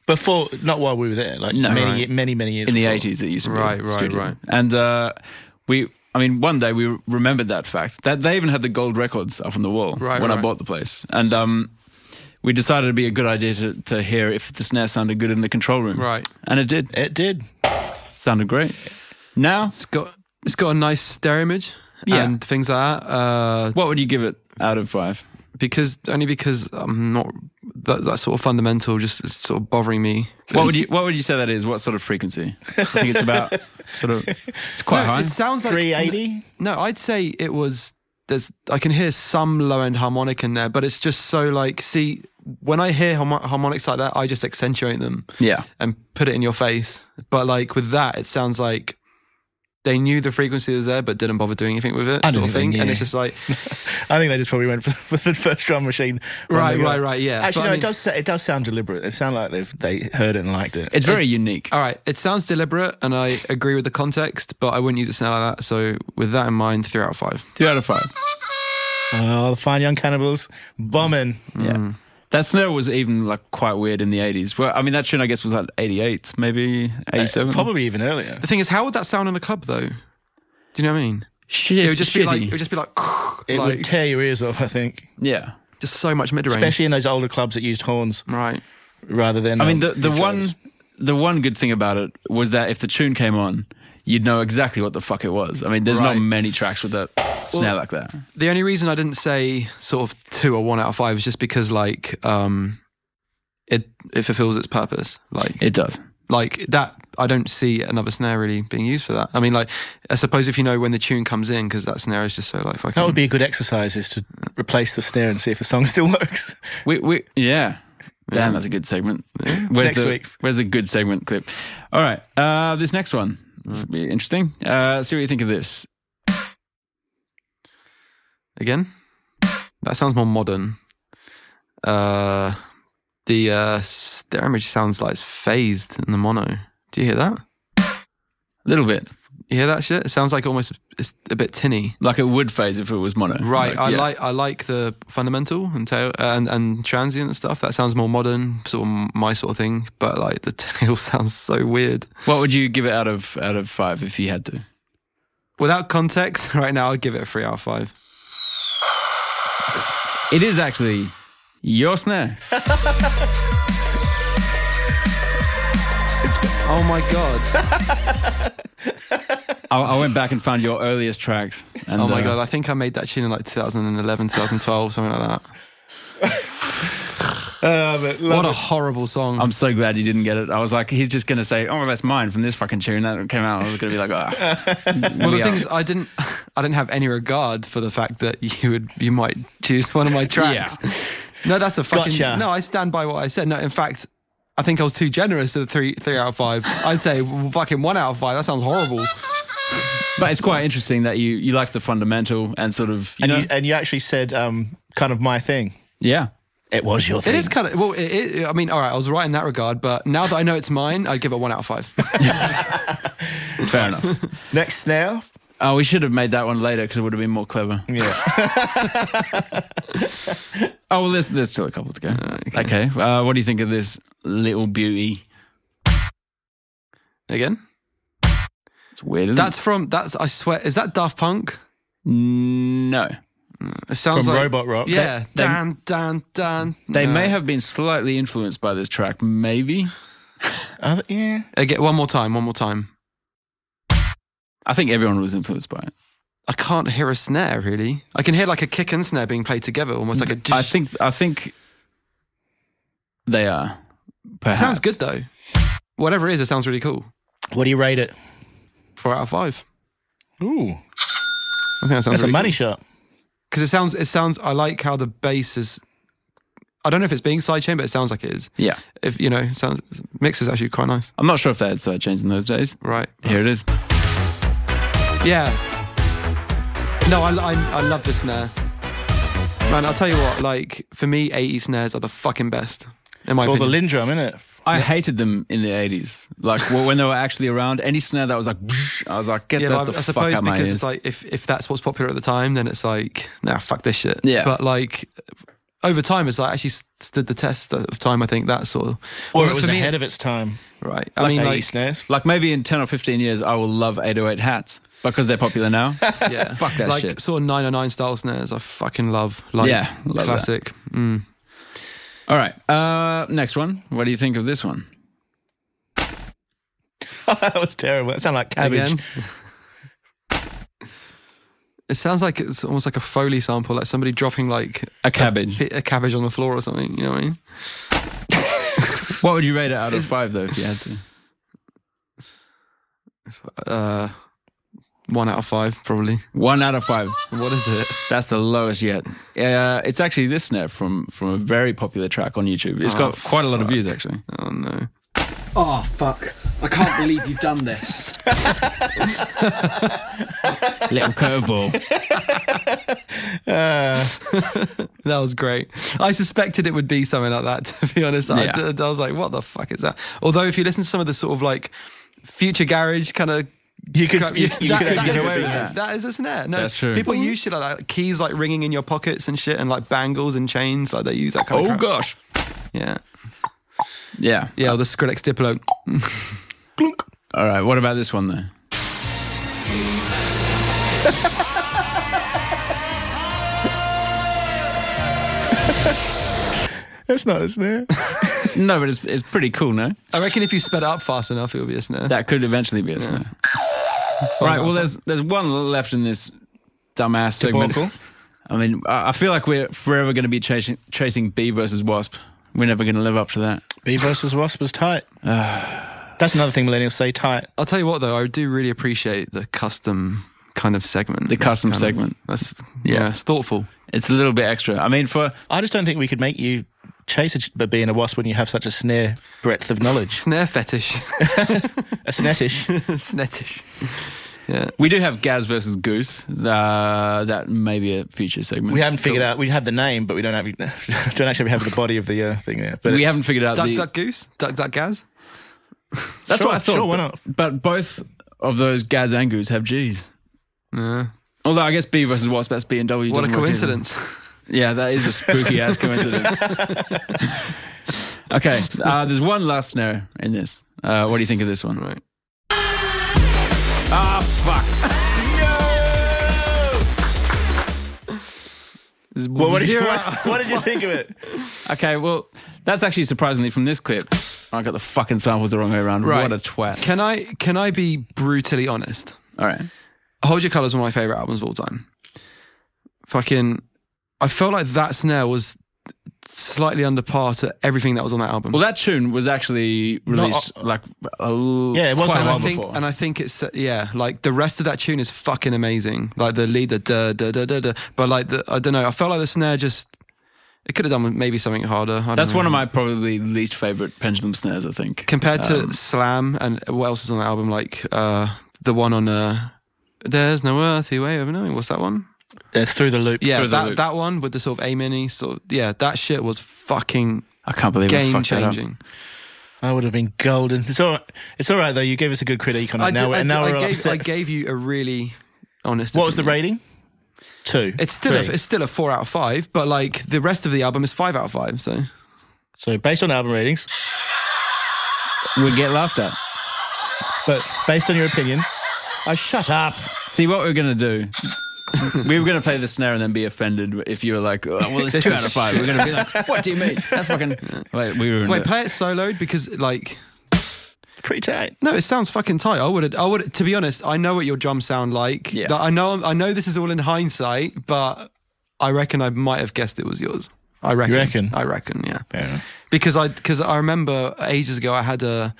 before, not while we were there, like No, many, right. many, many years in the before. eighties. It used to be Right, right, studio. right. And uh, we, I mean, one day we remembered that fact that they even had the gold records up on the wall Right, when I right. bought the place, and um, we decided it'd be a good idea to, to hear if the snare sounded good in the control room. Right. and it did. It did. sounded great. Now, It's got it's got a nice stereo image Yeah. and things like that. Uh, what would you give it out of five? because only because I'm not that, that sort of fundamental just is sort of bothering me. What would you What would you say that is? What sort of frequency? I think it's about sort of. It's quite high. It sounds like 380? No, I'd say it was. There's I can hear some low end harmonic in there, but it's just so like see when I hear harmo- harmonics like that, I just accentuate them. Yeah. and put it in your face. But like with that, it sounds like they knew the frequency was there, but didn't bother doing anything with it, I sort don't of thing. think, And yeah. it's just like I think they just probably went for, for the first drum machine. when Right, they got- right, right, yeah. Actually, no, But I it mean- does. sa- It does sound deliberate. It sounds like they've they heard it and liked it. It's very unique. All right, it sounds deliberate, and I agree with the context, but I wouldn't use it sound like that. So, with that in mind, three out of five. Two out of five. oh, the fine young cannibals bombing. Yeah. Mm. That snare was even like quite weird in the 80s. Well, I mean, that tune, I guess, was like 88, maybe 87. Probably even earlier. The thing is, how would that sound in a club, though? Do you know what I mean? Shit, It would just be like it would shitty. just be like, It like, would tear your ears off. I think, yeah. just so much mid range. especially in those older clubs that used horns right, rather than. I mean, um, the, the controllers. one the one good thing about it was that if the tune came on, you'd know exactly what the fuck it was. I mean, there's not Right. many tracks with that snare like that. the only reason I didn't say sort of two or one out of five is just because like um, it it fulfills its purpose. Like It does. like that i don't see another snare really being used for that i mean like i suppose if you know when the tune comes in because that snare is just so like fucking That would be a good exercise is to replace the snare and see if the song still works. We, we, yeah. Damn, that's a good segment. Where's Next the, week. Where's the good segment clip? All right. Uh, this next one. This Mm. will be interesting. Uh, see what you think of this. again that sounds more modern uh the uh snare image sounds like it's phased in the mono do you hear that A little bit. you hear that shit it sounds like almost it's a bit tinny Like it would phase if it was mono. right i yeah. like i like the fundamental and tail uh, and and transient and stuff that sounds more modern sort of my sort of thing but like the tail sounds so weird What would you give it out of out of five if you had to? without context right now i'd give it a three out of five It is actually your snare. Oh my god! I, I went back and found your earliest tracks. And, Oh my uh, god, I think I made that tune in like 2011, 2012, something like that. Uh, but love What a it. horrible song. I'm so glad you didn't get it. I was like, he's just going to say, oh, well, that's mine from this fucking tune that came out. I was going to be like, ah. well, the thing is, I didn't, I didn't have any regard for the fact that you would, you might choose one of my tracks. No, that's a fucking. Gotcha. No, I stand by what I said. No, in fact, I think I was too generous to the three, three out of five. I'd say well, fucking one out of five. That sounds horrible. but it's quite interesting that you, you like the fundamental and sort of, you and, know, you, and you actually said um, kind of my thing. yeah. It was your It thing. is kind of well. It, it, I mean, all right, I was right in that regard, but now that I know it's mine, I'd give it one out of five. Fair enough. Next snail. Oh, we should have made that one later because it would have been more clever. Yeah. Oh, well, there's, there's still a couple to go. okay. Uh, what do you think of this little beauty? Again, It's weird, isn't that's from that's. I swear, is that Daft Punk? it? No. It sounds From like Robot Rock. Yeah, They- they- Dan, Dan, Dan. They No. may have been slightly influenced by this track, maybe. Uh, yeah. Again, one more time, one more time. I think everyone was influenced by it. I can't hear a snare really. I can hear like a kick and snare being played together, almost like a. I think I think they are. it Perhaps. sounds good though. Whatever it is, it sounds really cool. What do you rate it? Four out of five. Ooh, I think that sounds that's really a money shot. because it sounds it sounds. I like how the bass is. I don't know if it's being sidechained, but it sounds like it is. Yeah, If you know, it sounds mix is actually quite nice. I'm not sure if they had side chains in those days. Right. Here it is. Yeah. No, I, I, I love the snare. Man, I'll tell you what, like, for me, 80 snares are the fucking best. In my It's all the opinion. Lindrum, isn't it? I hated them in the 80s. Like well, when they were actually around, any snare that was like, "Bsh," I was like, get yeah, that but the I, I fuck suppose out my because ears. it's like, if, if that's what's popular at the time, then it's like, nah, fuck this shit. Yeah. But, like, over time, it's like actually stood the test of time, I think, that sort of. Or Well, it was for me, ahead of its time. Right. I Like mean, Eighty like, snares. like maybe in 10 or 15 years, I will love 808 hats because they're popular now. yeah. Fuck that like, shit. sort of 909 style snares, I fucking love. Like, Yeah, love that. classic. Mm. All right, uh, next one. What do you think of this one? that was terrible. That sounded like cabbage. Again. It sounds like it's almost like a Foley sample, like somebody dropping like A cabbage. a cabbage on the floor or something. You know what I mean? What would you rate it out of five though, if you had to? Uh, one out of five, probably. One out of five. What is it? That's the lowest yet. Uh, it's actually this snare from from a very popular track on YouTube. It's got quite a lot of views actually. Oh no! Oh, fuck. I can't believe you've done this. Little curveball. That was great. I suspected it would be something like that. To be honest, I- Yeah. I, was like, "What the fuck is that?" Although, if you listen to some of the sort of like future garage kind of. You could, you, you that, could that get away is a with snare. that. that is a snare. No, That's true. People use shit like that. Keys like ringing in your pockets and shit, and like bangles and chains. Like they use that Oh, kind of. crap. gosh. Yeah. Yeah. Yeah, or the Skrillex Diplo. All right. What about this one though? That's not a snare. No, but it's it's pretty cool, no? I reckon if you sped it up fast enough, it would be a snare. That could eventually be a snare. All right. Well, there's there's one left in this dumbass segment. Debacle. I mean, I I feel like we're forever going to be chasing chasing bee versus wasp. We're never going to live up to that. Bee versus wasp was tight. That's another thing millennials say tight. I'll tell you what, though, I do really appreciate the custom kind of segment. The custom kind of- segment. that's Yeah. yeah. it's thoughtful. It's a little bit extra. I mean, for I just don't think we could make you chase a ch- a bee and a wasp when you have such a snare breadth of knowledge. Snare fetish, a snettish. snettish. we do have Gaz versus Goose. Uh, that may be a future segment. We haven't figured out. We have the name, but we don't have don't actually have the body of the uh, thing there. But we it's- haven't figured out Duck, the, duck, goose. Duck, duck, gaz. That's Sure, what I thought. sure, why but- not? But both of those Gaz and Goose have G's. Yeah. Although I guess B versus Wasp, that's B and W. What a doesn't work either. coincidence. Yeah, that is a spooky ass coincidence. okay, uh, there's one last snare in this. Uh, what do you think of this one? Ah, right. Well, what, did you, what, what did you think of it? Okay, well, that's actually surprisingly from this clip. I got the fucking samples the wrong way around. Right. What a twat. Can I can I be brutally honest? All right. Hold Your Color is one of my favorite albums of all time. Fucking, I felt like that snare was slightly under par to everything that was on that album. Well, that tune was actually released like a l- Yeah, it was quite on a and I while think, before. and I think it's yeah, like the rest of that tune is fucking amazing. Like the leader, duh, duh, duh, duh, duh. But like the, I don't know, I felt like the snare just it could have done with maybe something harder. I don't That's know. one of my probably least favorite pendulum snares. I think. Um, compared to Slam and what else is on the album? Like uh, the one on uh, There's No Earthly Way of Knowing. What's that one? It's through the loop. Yeah, Through the that, Loop. that one with the sort of A mini. Sort of, yeah, that shit was fucking I can't believe I game fucked that up. changing. I would have been golden. It's all. Right. It's all right though. You gave us a good critique on it. I, now did, we're, I, did, now I we're gave, upset. I gave you a really honest. what was the opinion. rating? Two. It's still Three. a, it's still a four out of five, but like the rest of the album is five out of five. So so based on album ratings, We get laughed at. but based on your opinion, I shut up. See what we're gonna do. we were gonna play the snare and then be offended if you were like, oh, "Well, it's two out of five. We're gonna be like, "What do you mean? That's fucking." Wait, we ruined wait, it. play it soloed because like Pretty tight. no, it sounds fucking tight. I would I would to be honest, I know what your drums sound like. Yeah. That- I know I know this is all in hindsight, but I reckon I might have guessed it was yours. I reckon. reckon? I reckon. Yeah. Yeah. Because I because I remember ages ago I had a.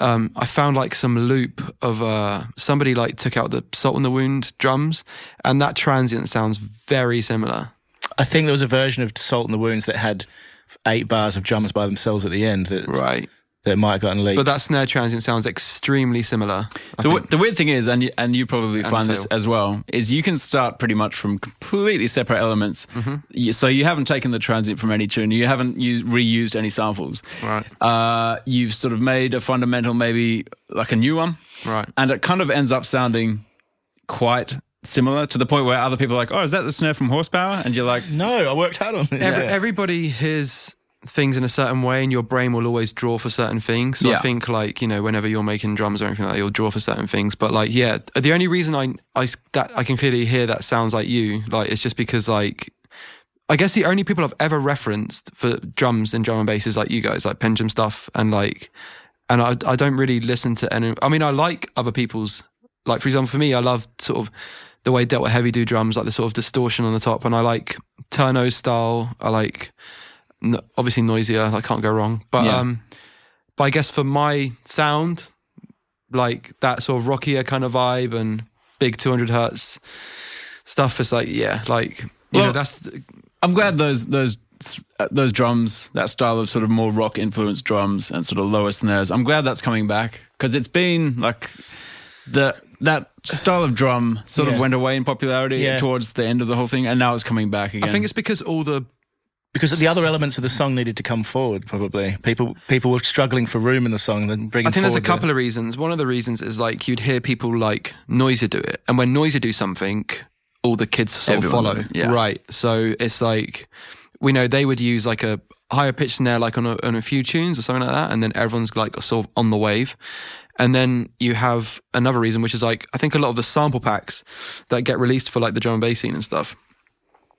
Um, I found like some loop of uh, somebody like took out the salt in the wound drums, and that transient sounds very similar. I think there was a version of Salt in the Wounds that had eight bars of drums by themselves at the end that Right. that might have gotten leaked. But that snare transient sounds extremely similar. The, I w- think. the weird thing is, and you, and you probably find this tail. as well, is you can start pretty much from completely separate elements. Mm-hmm. You- So you haven't taken the transit from any tune, you haven't used, reused any samples. Right. Uh, you've sort of made a fundamental, maybe like a new one, Right. and it kind of ends up sounding quite similar to the point where other people are like, "Oh, is that the snare from Horsepower?" And you're like, no, I worked hard on this. Every, Yeah. Everybody hears things in a certain way, and your brain will always draw for certain things. So I Yeah. think, like you know, whenever you're making drums or anything like that, you'll draw for certain things. But like, yeah, the only reason I I s- that I can clearly hear that sounds like you, like it's just because like. I guess the only people I've ever referenced for drums and drum and bass is like you guys, like pendulum stuff, and like, and I I don't really listen to any. I mean, I like other people's. Like for example, for me, I love sort of the way Delta Heavy do drums, like the sort of distortion on the top, and I like Turno's style. I like n- obviously noisier. I can't go wrong. But Yeah. um, but I guess for my sound, like that sort of rockier kind of vibe and big 200 hertz stuff is like yeah, like you know Well- that's I'm glad those those uh, those drums, that style of sort of more rock influenced drums and sort of lower snares. I'm glad that's coming back because it's been like the that style of drum sort Yeah. of went away in popularity Yeah. towards the end of the whole thing, and now it's coming back again. I think it's because all the because the other elements of the song needed to come forward. Probably people people were struggling for room in the song. Then bringing. I think there's a forward the- couple of reasons. One of the reasons is like you'd hear people like Noisia do it, and when Noisia do something, all the kids sort Everyone of does follow. it, yeah. Right. So it's like we know they would use like a higher pitch snare, like on a, on a few tunes or something like that, and then everyone's like sort of on the wave. And then you have another reason, which is like I think a lot of the sample packs that get released for like the drum and bass scene and stuff,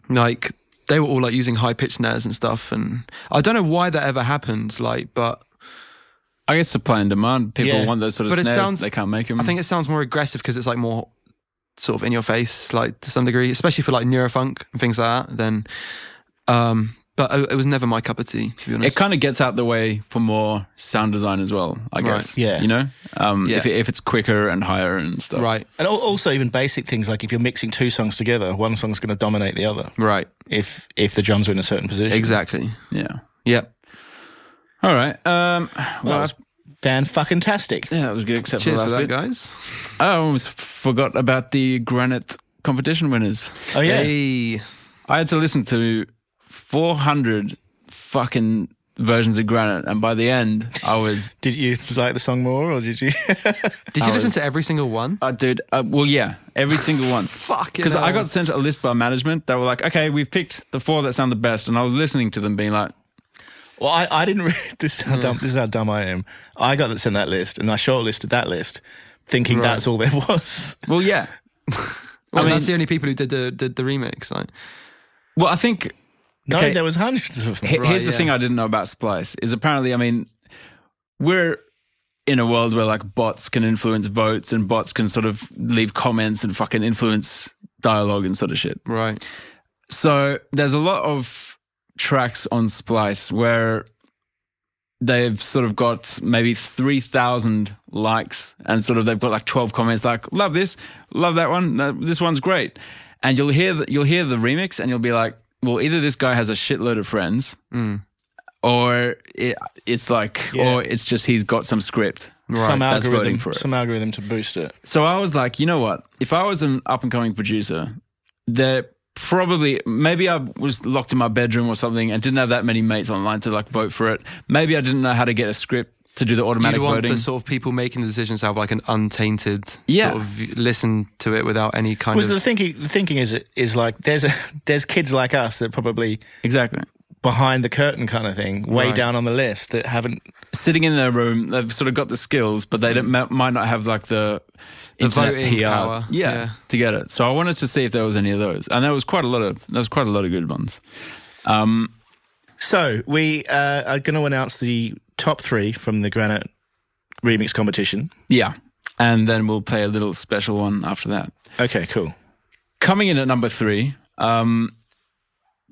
like they were all like using high pitch snares and stuff, and I don't know why that ever happened, like, but. I guess supply and demand. People Yeah. want those sort of But it snares. sounds- they can't make them. I think it sounds more aggressive because it's like more sort of in your face, like to some degree, especially for like neurofunk and things like that. Then, um, but it, it was never my cup of tea, to be honest. it kind of gets out the way for more sound design as well. I guess. Yeah. You know, um, Yeah. if it, if it's quicker and higher and stuff. right, And al- also even basic things like if you're mixing two songs together, one song's going to dominate the other. right, If if the drums are in a certain position, exactly. Yeah. Yep. All right. Um, well, That was fan fucking tastic. yeah, that was good. Except Cheers for for the last that, bit. guys. I almost forgot about the granite competition winners. Oh yeah, Hey. I had to listen to 400 fucking versions of granite, and by the end, I was, did you like the song more or did you? Did you listen to every single one? uh, dude, uh, well, yeah, every single one. Fucking Because I hell. got sent a list by management that were like, okay, we've picked the four that sound the best, and I was listening to them, being like, Well, I, I didn't. Re- this is how dumb. This is how dumb I am. I got that sent that list, and I shortlisted that list, thinking that's all there was. well, yeah. Well, mean- that's the only people who did the did the remix. Like, Well, I think No, Okay. there was hundreds of them. He- Right, Here's the yeah. thing I didn't know about Splice is apparently, I mean, we're in a world where like bots can influence votes and bots can sort of leave comments and fucking influence dialogue and sort of shit. Right. So there's a lot of tracks on Splice where they've sort of got maybe 3,000 likes and sort of they've got like 12 comments like, love this, love that one, no, this one's great. And you'll hear, the, you'll hear the remix and you'll be like, well, either this guy has a shitload of friends or it, it's like, or it's just he's got some script. some that's algorithm, voting for it. some algorithm to boost it. So I was like, you know what? If I was an up and coming producer, there probably maybe I was locked in my bedroom or something and didn't have that many mates online to like vote for it. Maybe I didn't know how to get a script to do the automatic You'd want voting. the sort of people making the decisions to have like an untainted Yeah. sort of listen to it without any kind Was of. the thinking? The thinking is is like there's a there's kids like us that probably exactly. behind the curtain kind of thing, way Right. down on the list that haven't. Sitting in their room, they've sort of got the skills, but they don't, might not have like the, internet Mm. voting PR, power. Yeah, Yeah. to get it. So I wanted to see if there was any of those, and there was quite a lot of there was quite a lot of good ones. So we uh, are going to announce the top three from the Granite Remix competition. Yeah, and then we'll play a little special one after that. Okay, cool. coming in at number three, um,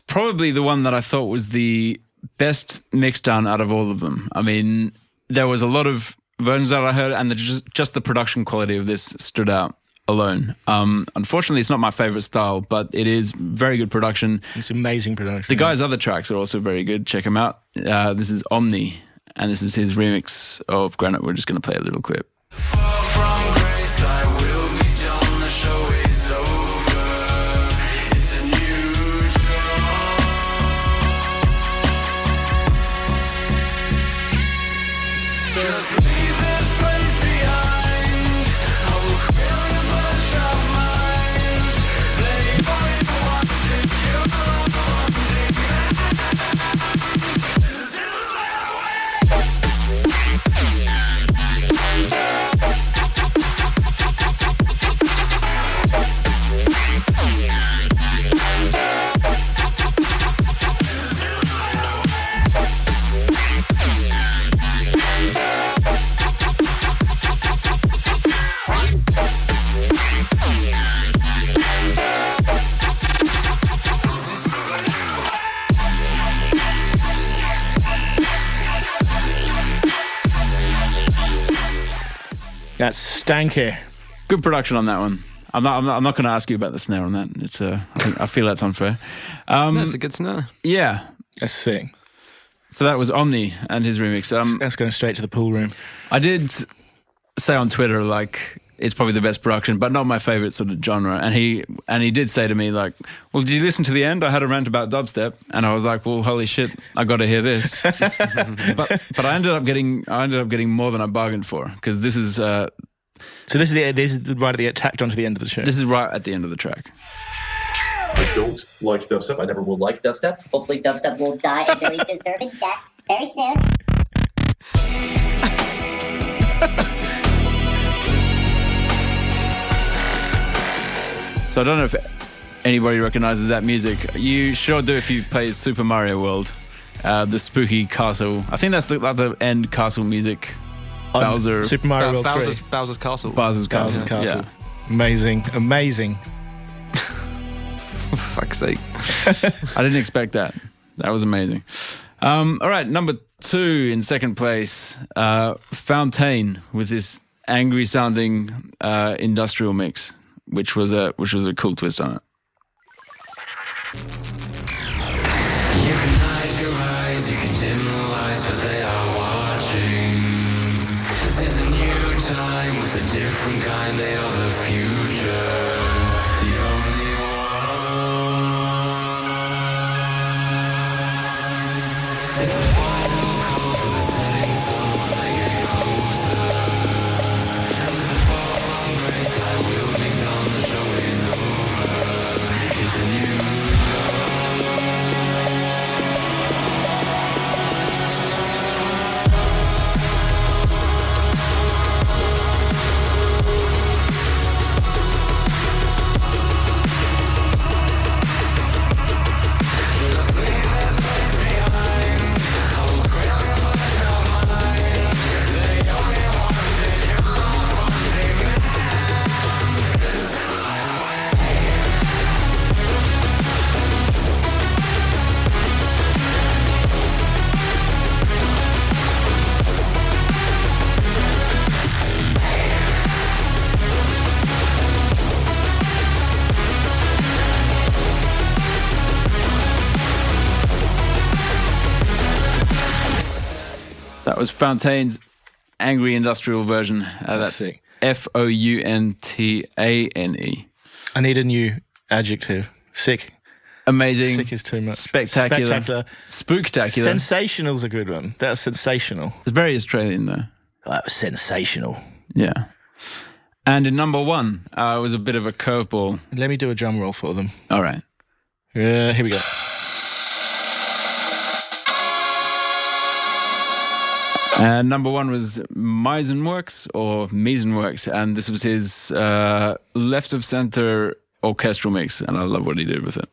probably the one that I thought was the best mix done out of all of them. I mean, there was a lot of versions that I heard, and the, just, just the production quality of this stood out alone. Um, unfortunately, it's not my favorite style, but it is very good production. It's amazing production. The guy's other tracks are also very good. Check him out. Uh, this is Omni, and this is his remix of Granite. We're just going to play a little clip. From grace, thy will be done. The show is over. It's a new dawn. Just leave this place behind. I will build a bunch of mine. They fight for what they feel for what they get. This is their way. That's Stanky. good production on that one. I'm not. I'm not, I'm not going to ask you about the snare on that. It's. Uh, I, think, I feel that's unfair. Um, That's a good to know. yeah. That's sick. So that was Omni and his remix. Um, That's going straight to the pool room. I did say on Twitter like it's probably the best production, but not my favorite sort of genre. And he and he did say to me like, "Well, did you listen to the end? I had a rant about dubstep, and I was like, well, holy shit, I got to hear this." but but I ended up getting I ended up getting more than I bargained for because this is uh, So this is the this is the- right at the tacked onto the end of the show. this is right at the end of the track. I don't like dubstep. I never will like dubstep. Hopefully, Dubstep will die a very deserving death very soon. So I don't know if anybody recognizes that music. You sure do if you play Super Mario World, uh, the spooky castle. I think that's the, like the end castle music. On Bowser- Super Mario World Bowser's, 3. Bowser's Castle. Bowser's Castle. Bowser's Castle. Yeah. Amazing, amazing. For fuck's sake. I didn't expect that. That was amazing. Um, all right, number two in second place, uh, Fontaine with this angry sounding uh, industrial mix, which was a which was a cool twist on it. You can hide your eyes, you can dim the lights, but they are watching. This is a new time with a different kind, they are the future. The only one. It's a final call for the setting sun when they get closer. It's a far from grace, I will be done, the show is over. It's a new It's a new That was Fontaine's angry industrial version. Uh, that's sick. F O U N T A N E. I need a new adjective. Sick. Amazing. Sick is too much. Spectacular. Spectacular. Spooktacular. Sensational's a good one. That's sensational. it's very Australian though. That was sensational. Yeah. And in number one, uh, it was a bit of a curveball. Let me do a drum roll for them. All right. Yeah, here we go. And number one was Meisenworks or Meisenworks, and this was his uh, left of center orchestral mix, and I love what he did with it.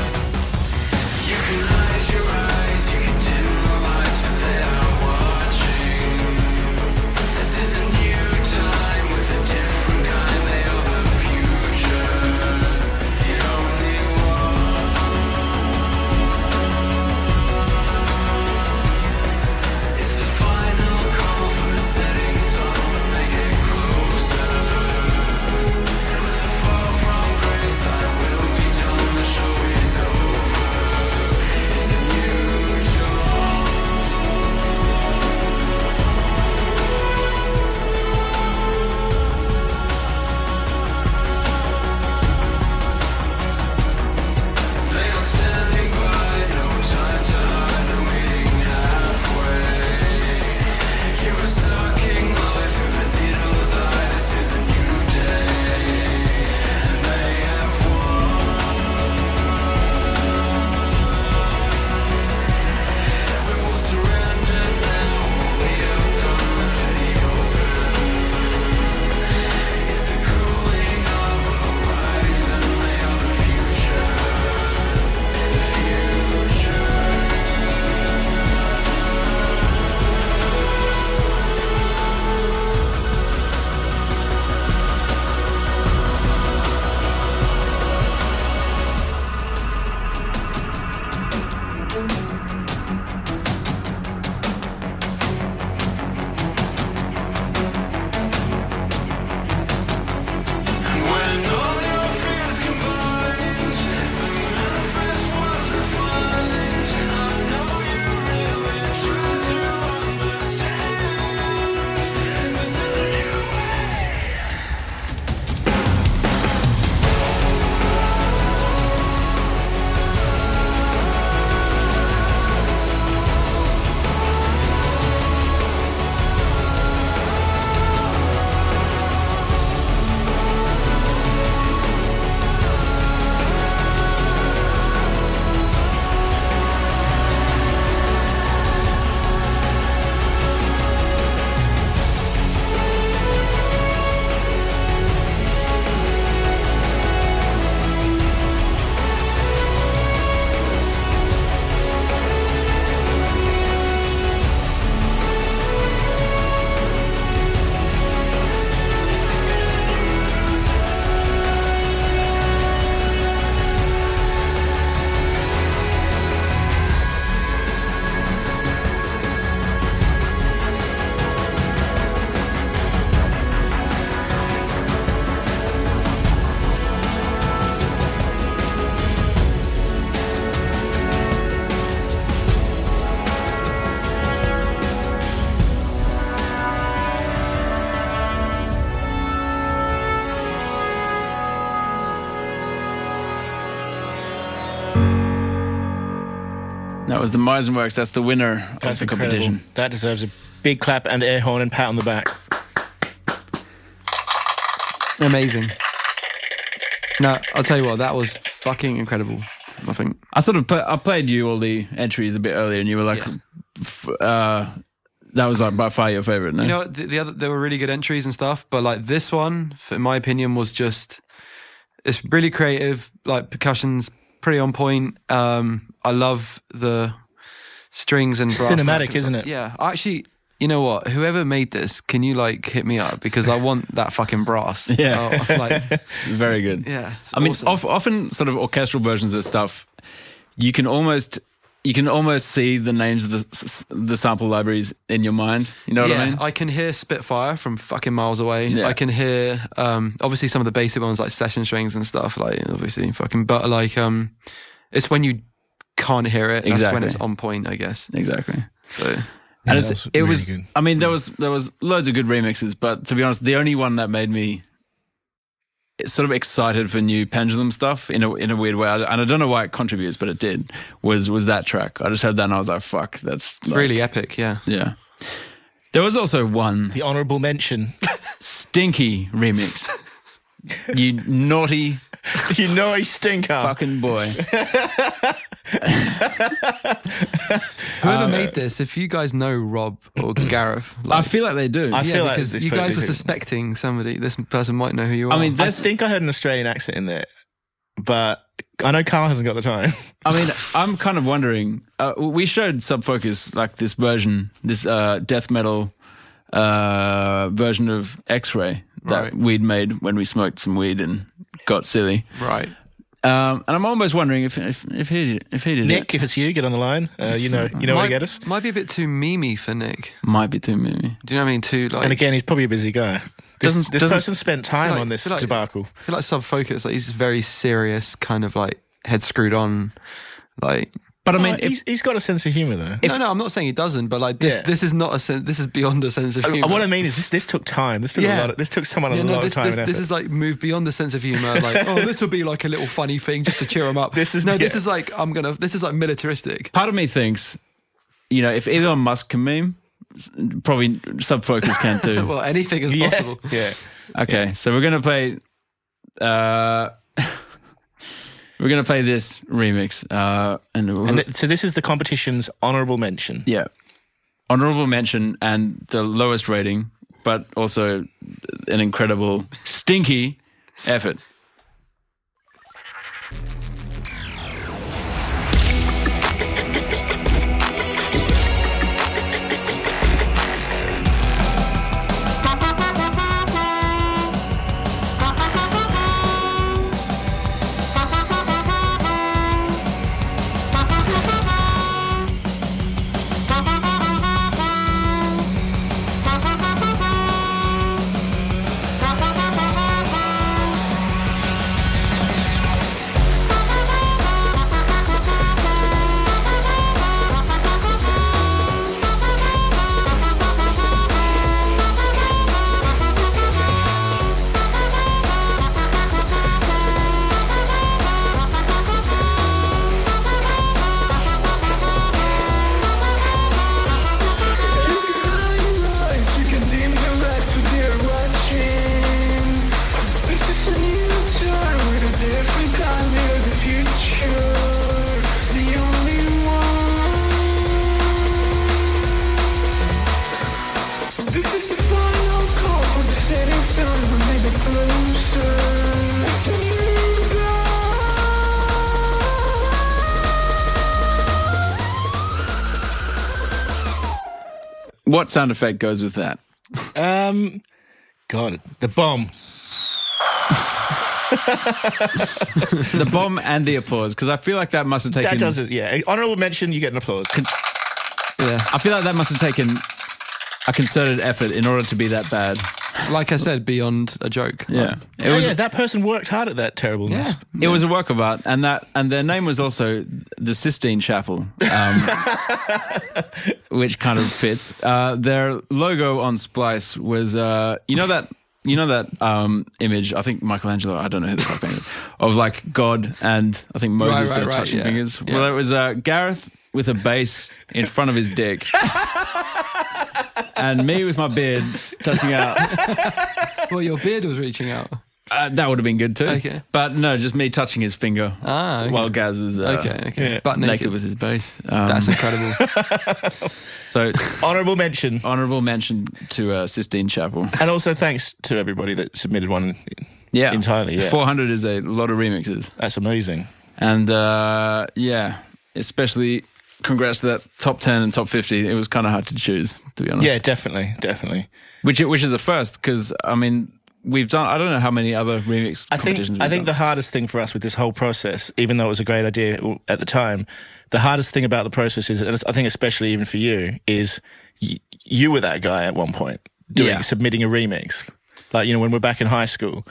You can hide your eyes, you can dim the lights, but they are watching. This is a new time with a different kind. They are the future, the only one. It's a final call for the setting sun. They get closer, and with a fall from grace that will be done. The show is over. It's a new dawn. They are standing by, no time to hide, no meeting halfway. You are sucking life through the needle's eye. This is a new day, and they have won. We will surrender now. We have done the thing over. It's the cooling of the horizon. They are the future. The future. When all your fears combined, the manifest was refined. I know you really tried to understand. This is a new way. That was the Meisenworks. That's the winner That's of the incredible. competition. That deserves a big clap and air horn and pat on the back. Amazing. No, I'll tell you what, that was fucking incredible. I think. I sort of pla- I played you all the entries a bit earlier, and you were like, f- uh, "That was like by far your favorite." No? You know, what, the, the other there were really good entries and stuff, but like this one, for- in my opinion, was just It's really creative. Like percussion's pretty on point. Um, I love the strings and brass Cinematic, isn't it? Yeah, I actually. You know what? Whoever made this, can you like hit me up because I want that fucking brass. Yeah. Oh, like, Very good. yeah. it's I mean, awesome. of, often sort of orchestral versions of stuff, you can almost you can almost see the names of the s- s- the sample libraries in your mind. You know what yeah, I mean? can hear Spitfire from fucking miles away. Yeah. I can hear um, obviously some of the basic ones like session strings and stuff, like obviously fucking but like um it's when you can't hear it. That's when Exactly. it's on point, I guess. exactly. So And Yeah, it's, that was it really was. good. I mean, there was there was loads of good remixes, but to be honest, the only one that made me sort of excited for new pendulum stuff in a in a weird way, I- and I don't know why it contributes, but it did. Was was that track? I just heard that and I was like, "Fuck, that's it's like- really epic, yeah. yeah." There was also one The honourable mention. stinky remix. you naughty you know I stink up. fucking boy. Whoever made this, if you guys know Rob or Gareth, uh, I like feel like they do. I yeah, feel like because this you guys person were who- suspecting somebody. This person might know who you are. I mean, I that's. think I heard an Australian accent in there, but I know Carl hasn't got the time. I mean, I'm kind of wondering. Uh, we showed Sub Focus like this version, this uh, death metal uh, version of X-Ray that Right. we'd made when we smoked some weed and got silly. right. Um, and I'm almost wondering if if, if he if he did it, Nick, if it's you, get on the line. Uh, you know, you know where might, to get us. might be a bit too memey for Nick. might be too many. Do you know what I mean? Too like And again, he's probably a busy guy. This, Doesn't- this doesn't- person spent time like- on this feel like- debacle. I feel like Sub Focus, like he's just very serious, kind of like head screwed on. Like, But I mean, Well, if- Oh, he's, he's got a sense of humor though. no, no, I'm not saying he doesn't, but like this, Yeah. this is not a sense. This is beyond the sense of humor. What I mean is, this, this took time. This took Yeah. a lot. Of, this took someone a Yeah, no, lot this, of time. this, and this effort. is like move beyond the sense of humor. Like, oh, this will be like a little funny thing just to cheer him up. This is- no, this yeah. is like I'm gonna. This is like militaristic. part of me thinks, you know, if Elon Musk can meme, s- probably Sub Focus can too. Well, anything is yeah, possible. yeah. Okay, so we're gonna play. Uh, we're gonna play this remix, uh, and, we'll- And th- so this is the competition's honourable mention. yeah, honorable mention and the lowest rating, but also an incredible stinky effort. This is the final call for the setting sun. We'll make it closer. It's a new dawn. What sound effect goes with that? Um, God, the bomb. The bomb and the applause, because I feel like that must have taken. That does it. Yeah, honourable mention. You get an applause. Yeah. I feel like that must have taken a concerted effort in order to be that bad. Like I said, beyond a joke. Yeah, it oh, was yeah, that person worked hard at that terribleness. It was a work of art, and that and their name was also the Sistine Chapel, um, which kind of fits. Uh, their logo on Splice was, uh, you know that. You know that um, image? I think Michelangelo. I don't know who the fuck painted it, of like God and I think Moses Right, right, sort of right, touching yeah. fingers. Yeah. Well, it was uh, Gareth with a bass in front of his dick, and me with my beard touching out. Well, your beard was reaching out. Uh, that would have been good too. Okay. But no, just me touching his finger Ah, okay. while Gaz was uh, Okay, okay. Butt naked. naked. with his bass. Um, That's incredible. so Honourable mention. honorable mention to uh, Sistine Chapel. And also thanks to everybody that submitted one. Yeah. entirely. Yeah, 400 is a lot of remixes. that's amazing. And uh, yeah, especially congrats to that top 10 and top 50. It was kind of hard to choose, to be honest. Yeah, definitely, definitely. Which, which is a first because, I mean, we've done, I don't know how many other remix I competitions think we've I think the done. hardest thing for us with this whole process, even though it was a great idea at the time, the hardest thing about the process is, and I think especially even for you, is y- you were that guy at one point doing Yeah. submitting a remix. Like you know, when we're back in high school,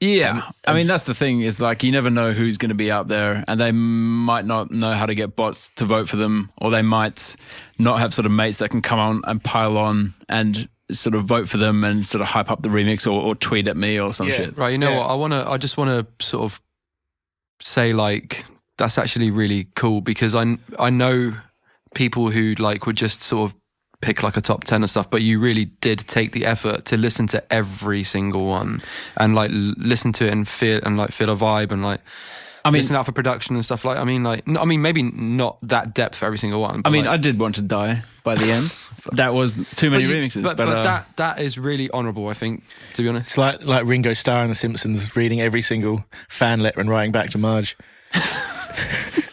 Yeah. I mean, that's the thing is like, you never know who's going to be out there and they might not know how to get bots to vote for them or they might not have sort of mates that can come on and pile on and sort of vote for them and sort of hype up the remix or, or tweet at me or some Yeah. shit. Right, you know Yeah. what? I want to. I just want to sort of say like that's actually really cool because I I know people who like would just sort of pick like a top 10 and stuff but you really did take the effort to listen to every single one and like l- listen to it and feel and like feel a vibe and like I mean, listen out for production and stuff like I mean like n- I mean maybe not that depth for every single I one but, mean, like- I did want to die by the end. that was too but many you- remixes. but, But, but uh, that that is really honorable I think to be honest it's like like Ringo Starr and The Simpsons reading every single fan letter and writing back to Marge.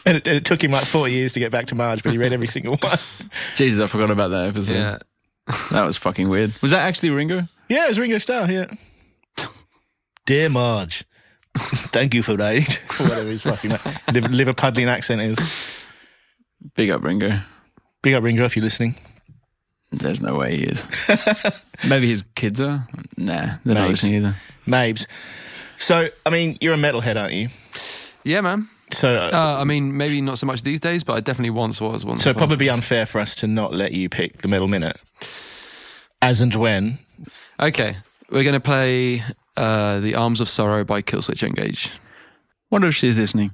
and, it, and it took him like four years to get back to Marge, but he read every single one. Jesus, I forgot about that episode. yeah That was fucking weird. Was that actually Ringo? Yeah, it was Ringo Starr. Yeah. Dear Marge, thank you for that. or whatever his fucking Liv- Liverpudlian accent is. Big up Ringo. Big up Ringo if you're listening. There's no way he is. Maybe his kids are. Nah, they're not Mate. listening either. Mabes. So, I mean, you're a metalhead, aren't you? yeah man So, uh, Uh, I mean, maybe not so much these days, but I definitely once was. Once so was. it'd probably be unfair for us to not let you pick the metal minute. As and when. Okay, we're going to play uh, The Arms of Sorrow by Killswitch Engage. Wonder if she's listening.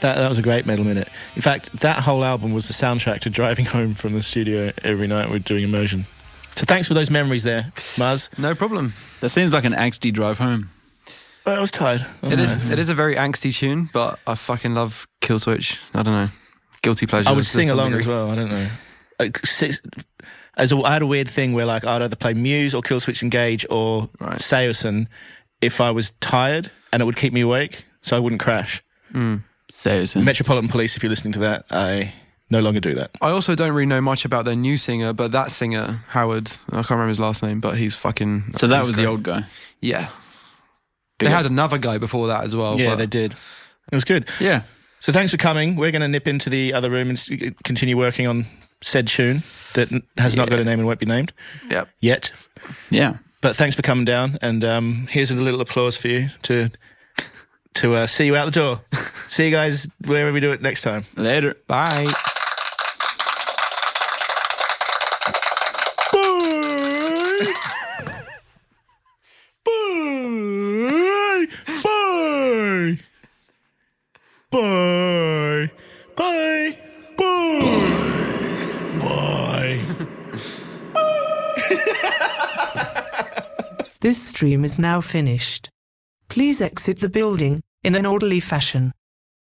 That, that was a great metal minute. In fact, that whole album was the soundtrack to driving home from the studio every night we're doing immersion. So thanks for those memories there, Maz. No problem. That seems like an angsty drive home. Well, I was tired. I, It is. It is a very angsty tune, but I fucking love Killswitch. I don't know, guilty pleasure. I would There's sing along something- as well. I don't know. Like, six, as a, I had a weird thing where like I'd either play Muse or Killswitch Engage or Right. Seosin if I was tired and it would keep me awake, so I wouldn't crash. Seriously. Metropolitan Police, if you're listening to that, I no longer do that. I also don't really know much about their new singer, but that singer, Howard, I can't remember his last name, but he's fucking. So that he's was great. the old guy. Yeah. They had another guy before that as well. Yeah, but- they did. It was good. Yeah. So thanks for coming. We're going to nip into the other room and s- continue working on said tune that n- has not got a name and won't be named Yep. yet. Yeah. But thanks for coming down. And um, here's a little applause for you to to uh, see you out the door. see you guys wherever we do it next time. Later. Bye. Bye. Bye. Bye. Bye. Bye. Bye. This stream is now finished. Please exit the building in an orderly fashion.